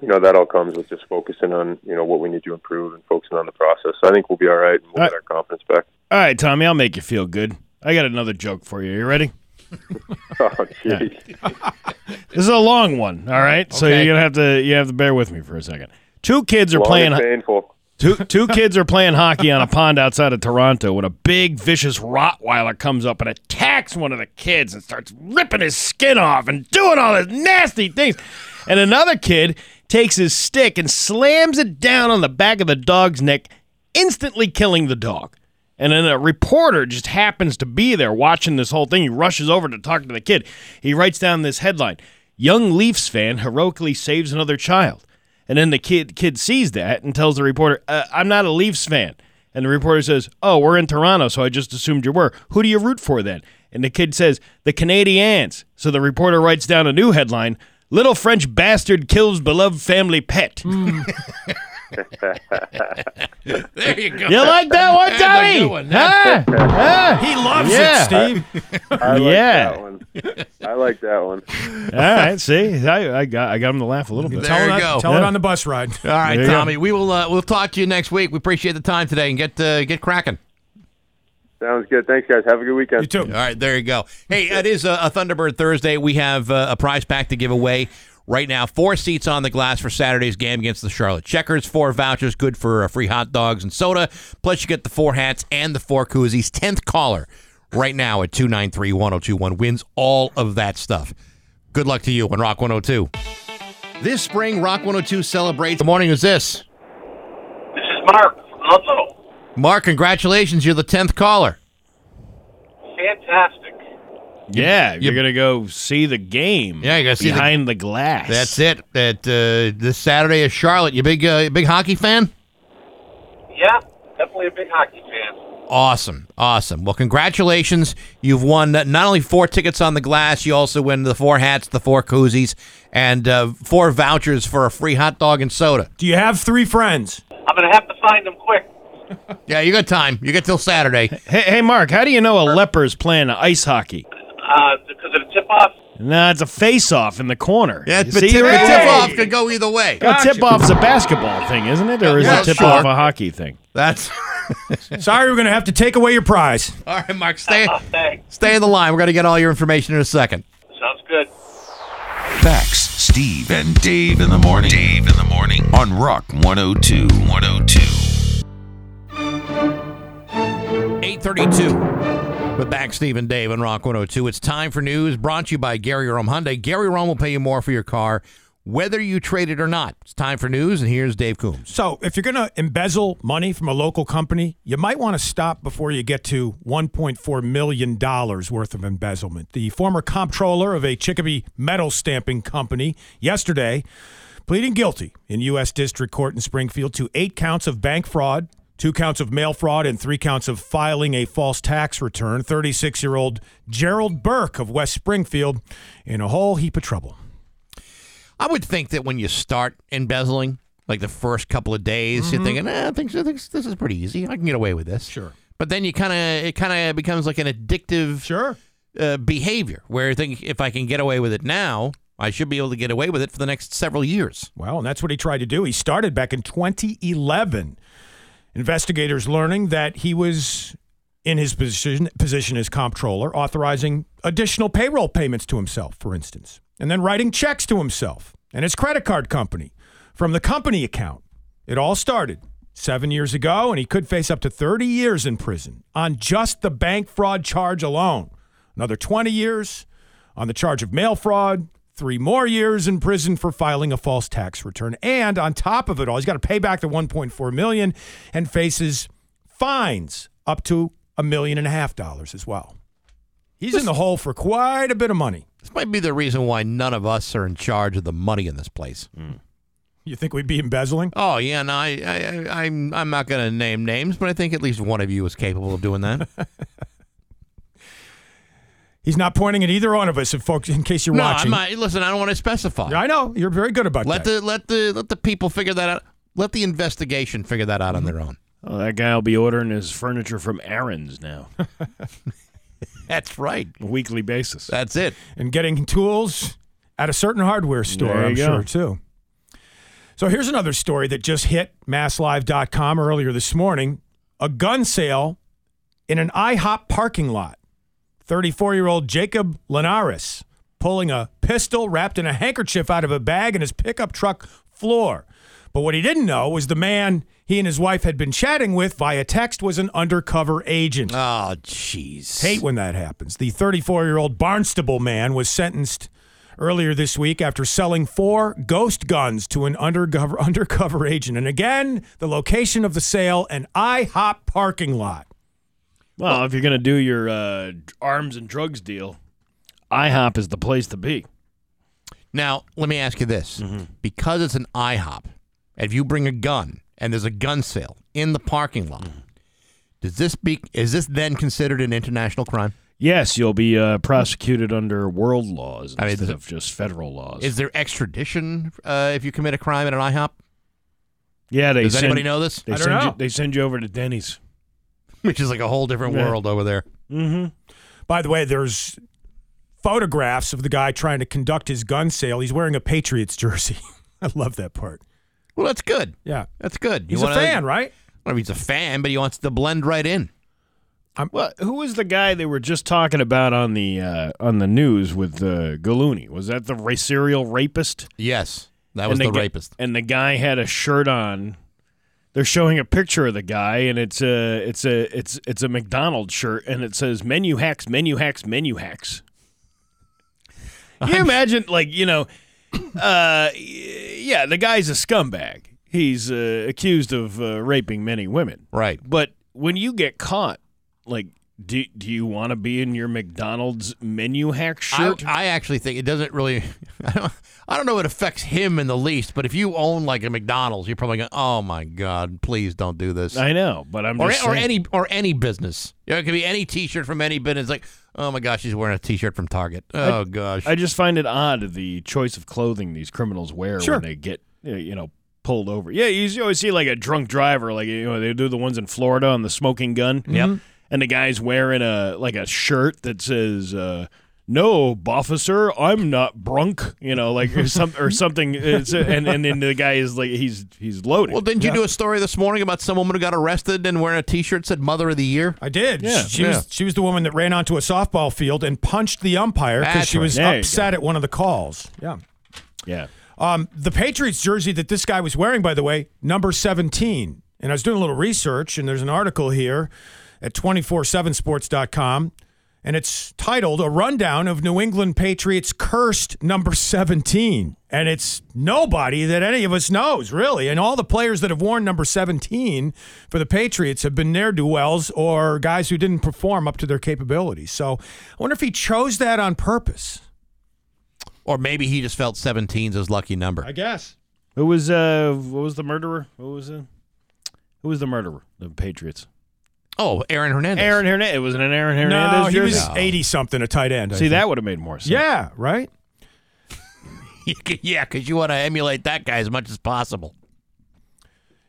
you know that all comes with just focusing on you know what we need to improve and focusing on the process. So I think we'll be all right and we'll get our confidence back.
All right, Tommy, I'll make you feel good. I got another joke for you. You ready?
oh, geez.
This is a long one. All right, so
Okay.
you're gonna have to you have to bear with me for a second. Two kids are
Long
playing.
and painful.
Two two kids are playing hockey on a pond outside of Toronto when a big vicious Rottweiler comes up and attacks one of the kids and starts ripping his skin off and doing all his nasty things. And another kid takes his stick and slams it down on the back of the dog's neck, instantly killing the dog. And then a reporter just happens to be there watching this whole thing. He rushes over to talk to the kid. He writes down this headline Young Leafs fan heroically saves another child. And then the kid kid sees that and tells the reporter, uh, "I'm not a Leafs fan." And the reporter says, "Oh, we're in Toronto, so I just assumed you were. Who do you root for then?" And the kid says, "The Canadiens." So the reporter writes down a new headline: Little French bastard kills beloved family pet.
there you go.
You like that one,
That's a
Tommy?
good one.
Huh? Huh?
He loves
Yeah.
it, Steve.
I like Yeah. that
one. I like that one.
All right, see, I, I got I got him to laugh a little bit.
There you go.
tell it on the
bus ride. All right,
There you go.
Tommy. We will uh, we'll talk to you next week. We appreciate the time today and get uh, get cracking.
Sounds good. Thanks, guys. Have a good weekend. You
too.
All right, there you go. Hey, it is a, a Thunderbird Thursday. We have uh, a prize pack to give away right now. Four seats on the glass for Saturday's game against the Charlotte Checkers. Four vouchers, good for uh, free hot dogs and soda. Plus, you get the four hats and the four koozies. Tenth caller right now at 293 1021 wins all of that stuff. Good luck to you on Rock 102. This spring, Rock 102 celebrates. Good morning, is this?
This is Mark from Ludlow.
Mark, congratulations. You're the 10th caller.
Fantastic.
Yeah, you're gonna go see the game. Yeah,
you gotta see the-
behind the, glass.
That's it. At uh, this Saturday is Charlotte. You big uh, big hockey fan?
Yeah, definitely a big hockey fan.
Awesome, awesome. Well, congratulations. You've won not only four tickets on the glass, you also win the four hats, the four koozies, and uh, four vouchers for a free hot dog and soda.
Do you have three friends?
I'm gonna have to find them quick.
Yeah, you got time. You got till Saturday.
Hey, hey, Mark, how do you know a leper's playing ice hockey?
Uh, because of the tip-off.
Nah, it's a face-off in the corner. Yeah,
But tip, but tip off could go either way.
tip off's a basketball thing, isn't it? Or is
Yeah,
a tip
sure.
off a hockey thing?
That's
Sorry, we're going to have to take away your prize.
all right, Mark. Stay stay in the line. We're gonna get all your information in a second.
Sounds good.
Facts, Steve and Dave in the morning. Dave in the morning on Rock 102. 102.
832 with back Steve and Dave and Rock 102. It's time for news brought to you by Gary Rome Hyundai. Gary Rome will pay you more for your car, whether you trade it or not. It's time for news, and here's Dave Coombs.
So, if you're going to embezzle money from a local company, you might want to stop before you get to $1.4 million worth of embezzlement. The former comptroller of a Chicopee metal stamping company yesterday pleading guilty in U.S. District Court in Springfield to eight counts of bank fraud, two counts of mail fraud, and three counts of filing a false tax return. 36 year old Gerald Burke of West Springfield in a whole heap of trouble.
I would think that when you start embezzling, like the first couple of days, you're thinking, eh, things, things, this is pretty easy. I can get away with this. Sure. But then you kind of, it kind of becomes like an addictive
sure.
uh, behavior where you think, if I can get away with it now, I should be able to get away with it for the next several years.
Well, and that's what he tried to do. He started back in 2011. Investigators learning that he was in his position position as comptroller, authorizing additional payroll payments to himself, for instance, and then writing checks to himself and his credit card company from the company account. It all started seven years ago, and he could face up to 30 years in prison on just the bank fraud charge alone. Another 20 years on the charge of mail fraud, three more years in prison for filing a false tax return. And on top of it all, he's got to pay back the 1.4 million and faces fines up to a million and a half dollars as well. He's in the hole for quite a bit of money.
This might be the reason why none of us are in charge of the money in this place.
You think we'd be embezzling?
Oh yeah, no, I, I, I, I'm, I'm not going to name names, but I think at least one of you is capable of doing that.
He's not pointing at either one of us, if folks, in case you're
no,
watching.
I'm not, listen, I don't want to specify.
I know you're very good about
Let
that.
the let the let the people figure that out. Let the investigation figure that out on their own.
Oh, that guy will be ordering his furniture from Aaron's now.
That's right.
weekly basis.
That's it.
and getting tools at a certain hardware store,
There you
I'm
go.
sure, too. So here's another story that just hit masslive.com earlier this morning a gun sale in an IHOP parking lot. 34 year old Jacob Linares pulling a pistol wrapped in a handkerchief out of a bag in his pickup truck floor. But what he didn't know was the man he and his wife had been chatting with via text was an undercover agent.
Oh, jeez.
Hate when that happens. The 34 year old Barnstable man was sentenced earlier this week after selling four ghost guns to an undercover, undercover agent. And again, the location of the sale an IHOP parking lot.
Well, if you're gonna do your uh, arms and drugs deal, IHOP is the place to be.
Now, let me ask you this:
Mm-hmm.
because it's an IHOP, if you bring a gun and there's a gun
Mm.
sale in the parking lot, does this be is this then considered an international crime?
Yes, you'll be uh, prosecuted under world laws
I mean,
instead
the-
of just federal laws.
Is there extradition uh, if you commit a crime at an IHOP?
yeah, they
Does
send-
anybody know this?
They
I don't
send
know.
You, they send you over to Denny's.
Which is like a whole different
Yeah.
world over there.
Mm-hmm. By the way, there's photographs of the guy trying to conduct his gun sale. He's wearing a Patriots jersey. I love that part.
Well, that's good.
Yeah,
that's good.
He's a fan,
I
right?
don't know if he's a fan, but he wants to blend right in.
Well, who was the guy they were just talking about on the uh, on the news with uh, Gallooney? Was that the ra- serial rapist?
Yes, that was the
gu-
rapist.
And the guy had a shirt on. They're showing a picture of the guy, and it's a it's a it's it's a McDonald's shirt, and it says "Menu hacks, menu hacks, menu hacks." Can you imagine, like you know, uh, y- yeah, the guy's a scumbag. He's uh, accused of uh, raping many women.
Right.
But when you get caught, like, do do you want to be in your McDonald's menu hack shirt?
I, I actually think it doesn't really. I don't, I don't know if it affects him in the least, but if you own like a McDonald's, you're probably going, "Oh my God, please don't do this."
I know, but I'm
or,
just
or
saying.
any or any business. Yeah, it could be any T-shirt from any business. Like, oh my gosh, she's wearing a T-shirt from Target. Oh
I-
gosh,
I just find it odd the choice of clothing these criminals wear
Sure.
when they get uh, you know pulled over. Yeah, you s- always see like a drunk driver, like you know they do the ones in Florida on the smoking gun.
Yep. Mm-hmm.
and the guy's wearing a like a shirt that says. Uh, no, officer, I'm not brunk. You know, like or some or something. It's a- and and then the guy is like he's he's loaded.
Well, didn't you do a story this morning about some woman who got arrested and wearing a T-shirt said "Mother of the Year"?
I did.
Yeah,
she
yeah.
was she was the woman that ran onto a softball field and punched the umpire because
That's
she
right.
was
There you
upset at one of the calls. Yeah.
Yeah.
Um, the Patriots jersey that this guy was wearing, by the way, number 17. And I was doing a little research, and there's an article here at 247sports.com, and it's titled A Rundown of New England Patriots Cursed Number 17. And it's nobody that any of us knows, really. And all the players that have worn number 17 for the Patriots have been ne'er do wells or guys who didn't perform up to their capabilities. So I wonder if he chose that on purpose.
Or maybe he just felt 17's his lucky number.
I guess.
Who was uh what was the murderer? What was it? Who was the murderer? The Patriots.
Oh, Aaron Hernandez.
Aaron Hernandez. It was an Aaron Hernandez.
No, he was
jersey?
80 something, a tight end. I
See,
think.
that would have made more sense.
Yeah, right?
yeah, because you want to emulate that guy as much as possible.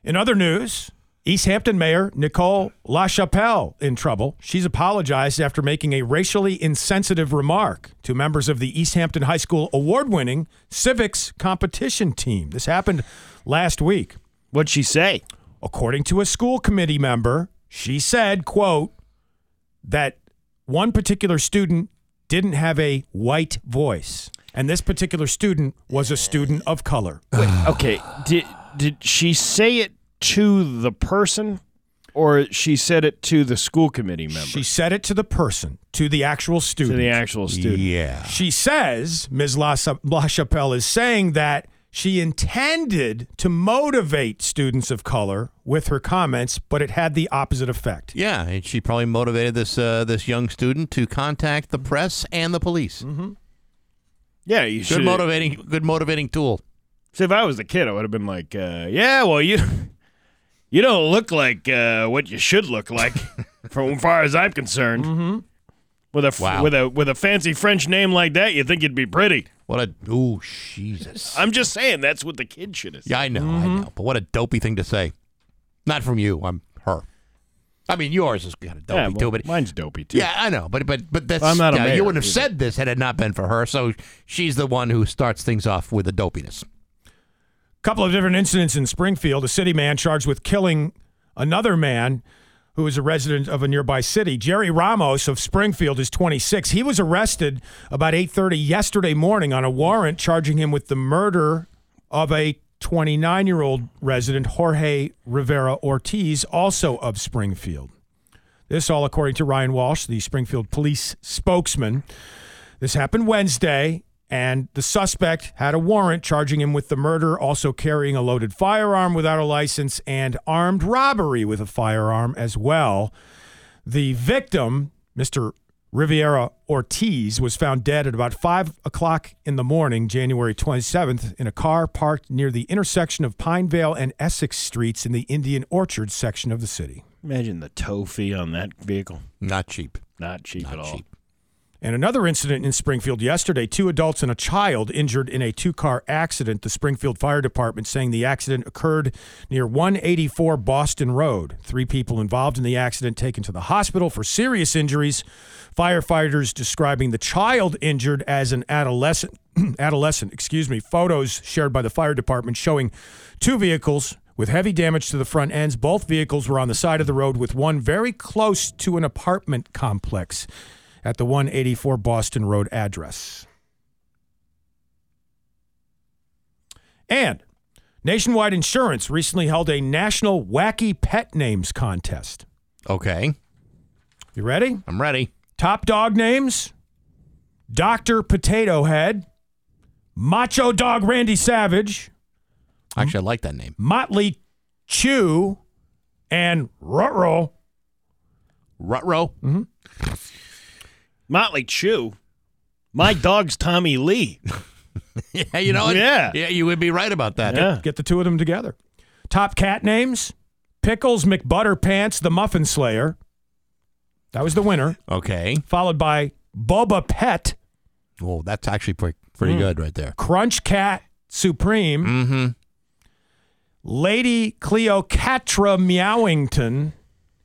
In other news, East Hampton Mayor Nicole LaChapelle in trouble. She's apologized after making a racially insensitive remark to members of the East Hampton High School award-winning civics competition team. This happened last week.
What'd she say?
According to a school committee member, she said, quote, that one particular student didn't have a white voice. And this particular student was a student of color.
Okay. Did did she say it to the person, or she said it to the school committee member?
She said it to the person, to the actual student.
To the actual student.
Yeah.
She says, Ms. La LaChapelle is saying that she intended to motivate students of color with her comments, but it had the opposite effect.
Yeah, and she probably motivated this uh, this young student to contact the press and the police. Mm-hmm.
Yeah, you
Good
should-
motivating, good motivating tool.
So if I was the kid, I would have been like, uh, "Yeah, well, you you don't look like uh, what you should look like, from as far as I'm concerned." Mm-hmm. With a f-
Wow.
with a with a fancy French name like that, you think you'd be pretty.
What a oh Jesus!
I'm Mm-hmm. just saying that's what the kid should have. said.
Yeah, I know, I know. But what a dopey thing to say. Not from you. I'm her. I mean, yours is kind of dopey
Yeah, well,
too. But
mine's dopey too.
yeah, I know. But but but that's
I'm not a
yeah,
mayor
you wouldn't have
either.
said this had it not been for her. So she's the one who starts things off with the dopiness.
couple of different incidents in Springfield. A city man charged with killing another man who is a resident of a nearby city. Jerry Ramos of Springfield is 26. He was arrested about 8:30 yesterday morning on a warrant charging him with the murder of a 29-year-old resident Jorge Rivera Ortiz, also of Springfield. This all according to Ryan Walsh, the Springfield police spokesman. This happened Wednesday, and the suspect had a warrant charging him with the murder, also carrying a loaded firearm without a license, and armed robbery with a firearm as well. The victim, Mr. Riviera Ortiz, was found dead at about 5 o'clock in the morning, January 27th, in a car parked near the intersection of Pinevale and Essex Streets in the Indian Orchard section of the city.
Imagine the tow fee on that vehicle.
Not cheap.
Not cheap at all.
And another incident in Springfield yesterday two adults and a child injured in a two car accident. The Springfield Fire Department saying the accident occurred near 184 Boston Road. Three people involved in the accident taken to the hospital for serious injuries. Firefighters describing the child injured as an adolescent. adolescent, excuse me. Photos shared by the fire department showing two vehicles with heavy damage to the front ends. Both vehicles were on the side of the road, with one very close to an apartment complex at the 184 Boston Road address. And Nationwide Insurance recently held a national wacky pet names contest.
Okay.
You ready?
I'm ready.
Top dog names Dr. Potato Head, Macho Dog Randy Savage,
Hmm?
Actually, I like that name.
Motley Chew, and Rutrow.
Rutrow?
Mm-hmm.
Motley Chew. My dog's Tommy Lee.
yeah, you know what?
Yeah.
Yeah, you would be right about that.
Yeah.
Get the two of them together. Top cat names Pickles McButterpants, the Muffin Slayer. That was the winner.
Okay.
Followed by Boba Pet,
Well, that's actually pretty,
Hmm.
pretty good right there.
Crunch Cat Supreme,
Mm-hmm.
Lady Cleocatra Meowington,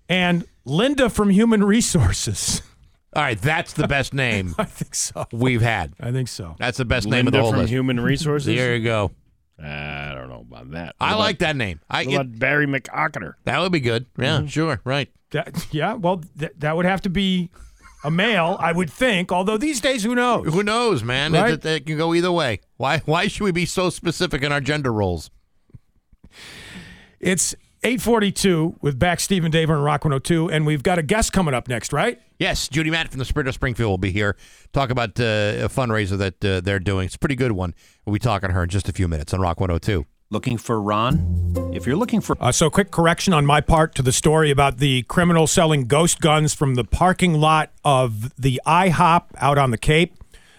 and Linda from Human Resources.
All right, that's the best name
I think so.
we've had.
I think so.
That's the best name of the
Linda
whole
from
list.
Human Resources?
There you go.
I don't know about that.
I
What
like
about-
that name. I
what
it,
about Mm-hmm. Barry McOckner.
that would be good. Yeah, sure. Right.
That, yeah, well, th- that would have to be a male, I would think. Although these days, who knows?
Who knows, man?
Right.
It, it can go either way. Why? Why should we be so specific in our gender roles?
It's 842 with back Steve and Dave on Rock 102, and we've got a guest coming up next, right?
Yes, Judy Matt from the Spirit of Springfield will be here. Talk about uh, a fundraiser that uh, they're doing. It's a pretty good one. We'll be talking to her in just a few minutes on Rock 102.
Looking for Ron? If you're looking for
Uh, so, quick correction on my part to the story about the criminal selling ghost guns from the parking lot of the IHOP out on the Cape.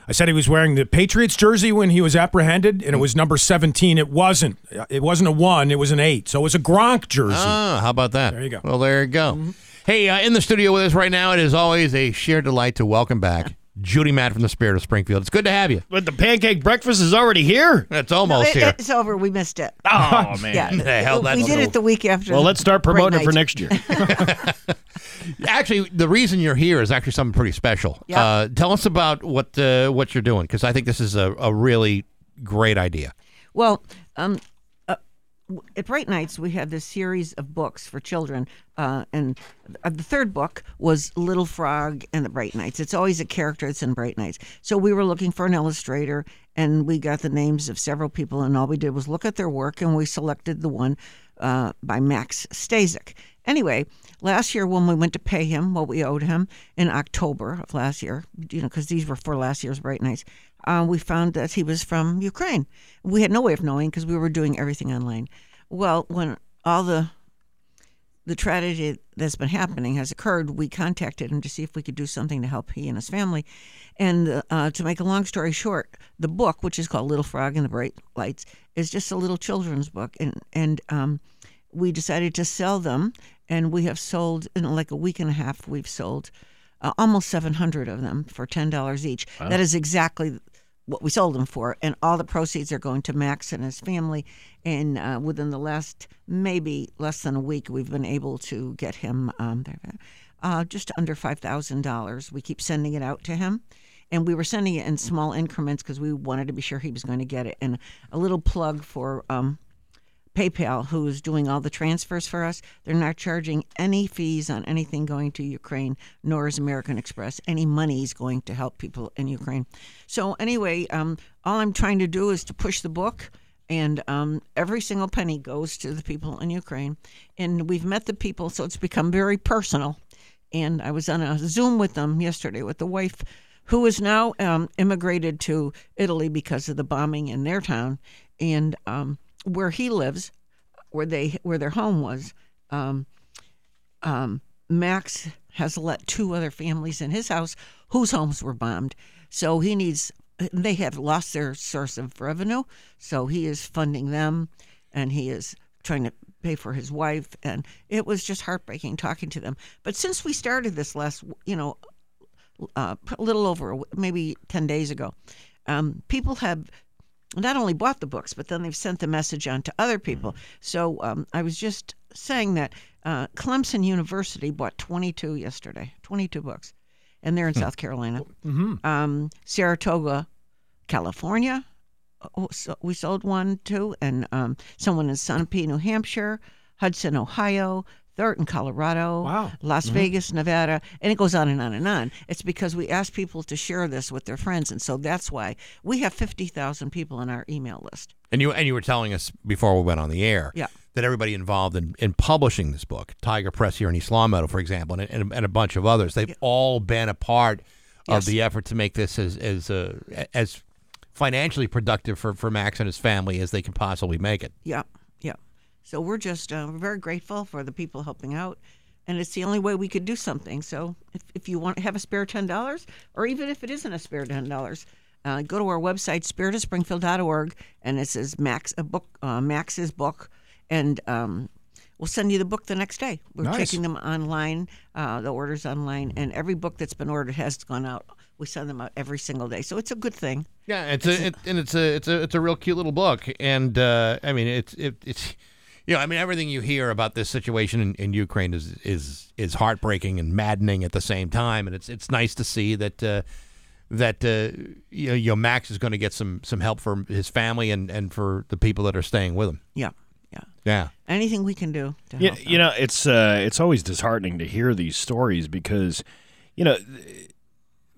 I said he was wearing the Patriots jersey when he was apprehended, and it was number 17. It wasn't. It wasn't a one, it was an eight. So, it was a Gronk jersey.
Uh,
Ah, how about that?
There you go. Mm-hmm.
Well, there you go. Hey, uh, in the studio with us right now, it is always a sheer delight to welcome back Judy Matt from the Spirit of Springfield. It's good to have you.
But the pancake breakfast is already here.
It's almost
It-
here.
It's over. We missed it.
Oh man.
Yeah.
The hell,
we
that's
did
cool.
it the week after.
Well, let's start
Great
promoting it for
night.
next year.
Actually, the reason you're here is actually something pretty special.
Yeah.
Uh, tell us about what uh, what you're doing because I think this is a, a really great idea.
Well, um, uh, w- at Bright Nights, we have this series of books for children, uh, and uh, the third book was Little Frog and the Bright Nights. It's always a character that's in Bright Nights. So we were looking for an illustrator, and we got the names of several people, and all we did was look at their work, and we selected the one uh, by Max Stasek. Anyway, last year when we went to pay him what we owed him in October of last year, you know, because these were for last year's Bright Nights, uh, we found that he was from Ukraine. We had no way of knowing because we were doing everything online. Well, when all the the tragedy that's been happening has occurred, we contacted him to see if we could do something to help he and his family. And uh, to make a long story short, the book, which is called Little Frog and the Bright Lights, is just a little children's book. And, and um, we decided to sell them, and we have sold, in like a week and a half, we've sold uh, almost 700 of them for $10 each.
Wow.
That is exactly what we sold them for, and all the proceeds are going to Max and his family. And uh, within the last maybe less than a week, we've been able to get him um, there, uh, just under five thousand dollars. We keep sending it out to him, and we were sending it in small increments because we wanted to be sure he was going to get it. And a little plug for. Um, PayPal, who's doing all the transfers for us, they're not charging any fees on anything going to Ukraine, nor is American Express. Any money is going to help people in Ukraine. So, anyway, um, all I'm trying to do is to push the book, and um, every single penny goes to the people in Ukraine. And we've met the people, so it's become very personal. And I was on a Zoom with them yesterday with the wife who is now um, immigrated to Italy because of the bombing in their town, and um, where he lives, where they where their home was. Um, um, Max has let two other families in his house whose homes were bombed, so he needs. They have lost their source of revenue, so he is funding them, and he is trying to pay for his wife. And it was just heartbreaking talking to them. But since we started this last, you know, uh, a little over a w- maybe 10 days ago. Um, people have not only bought the books, but then they've sent the message on to other people. So um, I was just saying that uh, Clemson University bought 22 yesterday, 22 books, and they're in
Hmm.
South Carolina.
Mhm.
Um, Saratoga, California, oh, so we sold one too, and um, someone in Sunapee, New Hampshire, Hudson, Ohio, Thurton, Colorado, wow. Las
Mhm.
Vegas, Nevada, and it goes on and on and on. It's because we ask people to share this with their friends, and so that's why we have fifty thousand people on our email list.
And you and you were telling us before we went on the air
Yeah.
that everybody involved in, in publishing this book, Tiger Press here in East Long Meadow, for example, and, and, and a bunch of others, they've all been a part of
Yes.
the effort to make this as as uh, as financially productive for, for Max and his family as they can possibly make it.
Yeah, yeah. So we're just uh, we're very grateful for the people helping out, and it's the only way we could do something. So if, if you want have a spare ten dollars, or even if it isn't a spare ten dollars, uh, go to our website spiritofspringfield.org, and it says Max a book uh, Max's book, and um, we'll send you the book the next day. We're
Nice.
taking them online, uh, the orders online, and every book that's been ordered has gone out. We send them out every single day, so it's a good thing.
Yeah, it's a it, and it's a it's a it's a real cute little book, and uh, I mean it's it, it's you know I mean everything you hear about this situation in, in Ukraine is is is heartbreaking and maddening at the same time, and it's it's nice to see that uh, that uh, you know, you know Max is going to get some some help for his family and and for the people that are staying with him.
Yeah, yeah,
yeah.
Anything we can do to
Yeah,
help.
you know, it's uh, it's always disheartening to hear these stories because, you know, th-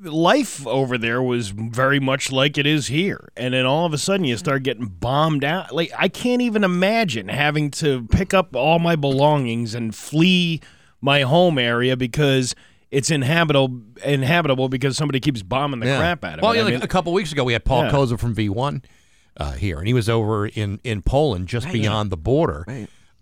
life over there was very much like it is here, and then all of a sudden
Mm-hmm.
you start getting bombed out. Like I can't even imagine having to pick up all my belongings and flee my home area because it's inhabitable inhabitable because somebody keeps bombing the
Yeah.
crap out of
Well,
it.
you
I
know, like
mean-
a couple weeks ago, we had Paul
Yeah.
Koza from V1 uh, here, and he was over in, in Poland, just
Right.
beyond the border,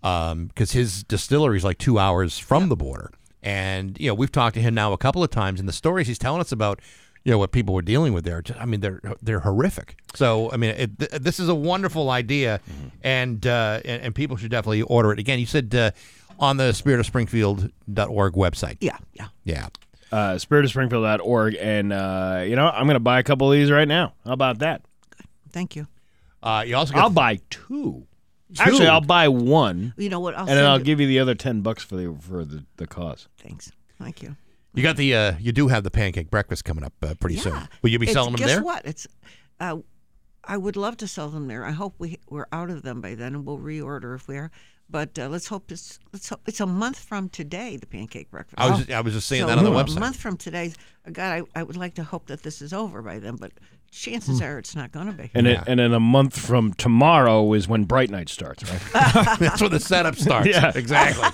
because his distillery is like two hours from the border. And you know, we've talked to him now a couple of times, and the stories he's telling us about, you know, what people were dealing with there. I mean, they're they're horrific. So I mean, it, th- this is a wonderful idea,
Mm-hmm.
and, uh, and and people should definitely order it. Again, you said uh, on the spiritofspringfield.org website.
Yeah, yeah,
yeah.
uh, spiritofspringfield.org. And, uh, you know, I'm going to buy a couple of these right now. How about that?
Thank you.
Uh, you also
I'll buy two. Actually, I'll buy one.
You know what? I'll
and then
send
I'll
you-
give you the other 10 bucks for the for the, the cause.
Thanks. Thank you.
You got the uh, you do have the pancake breakfast coming up uh, pretty soon. Will you be
It's-
selling them
guess
there?
what? It's. Uh, I would love to sell them there. I hope we we're out of them by then, and we'll reorder if we are. But uh, let's hope it's let's hope it's a month from today. The pancake breakfast.
I was- I was just seeing
Oh. So
that on the
a
website.
month from today. uh, God, I, I would like to hope that this is over by then, but
Hmm.
chances are it's not going to be.
And, it, and then a month from tomorrow is when Bright Night starts, right?
That's where the setup starts.
Yeah.
exactly.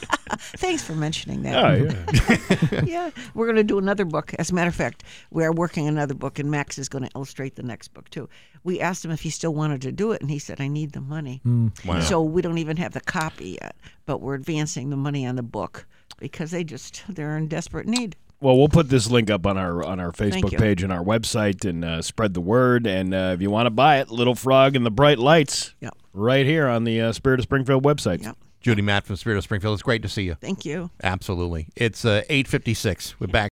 Thanks for mentioning that.
Oh,
yeah. we're going to do another book. As a matter of fact, we are working another book, and Max is going to illustrate the next book too. We asked him if he still wanted to do it, and he said, "I need the money."
Hmm. Wow.
So we don't even have the copy yet, but we're advancing the money on the book because they just they're in desperate need.
Well, we'll put this link up on our on our
Thank
Facebook
you.
page and our website, and uh, spread the word. And uh, if you want to buy it, Little Frog and the Bright Lights,
Yep.
right here on the uh, Spirit of Springfield website.
Judy Matt from Spirit of Springfield. It's great to see you.
Thank you.
Absolutely. It's uh, eight fifty six. We're back.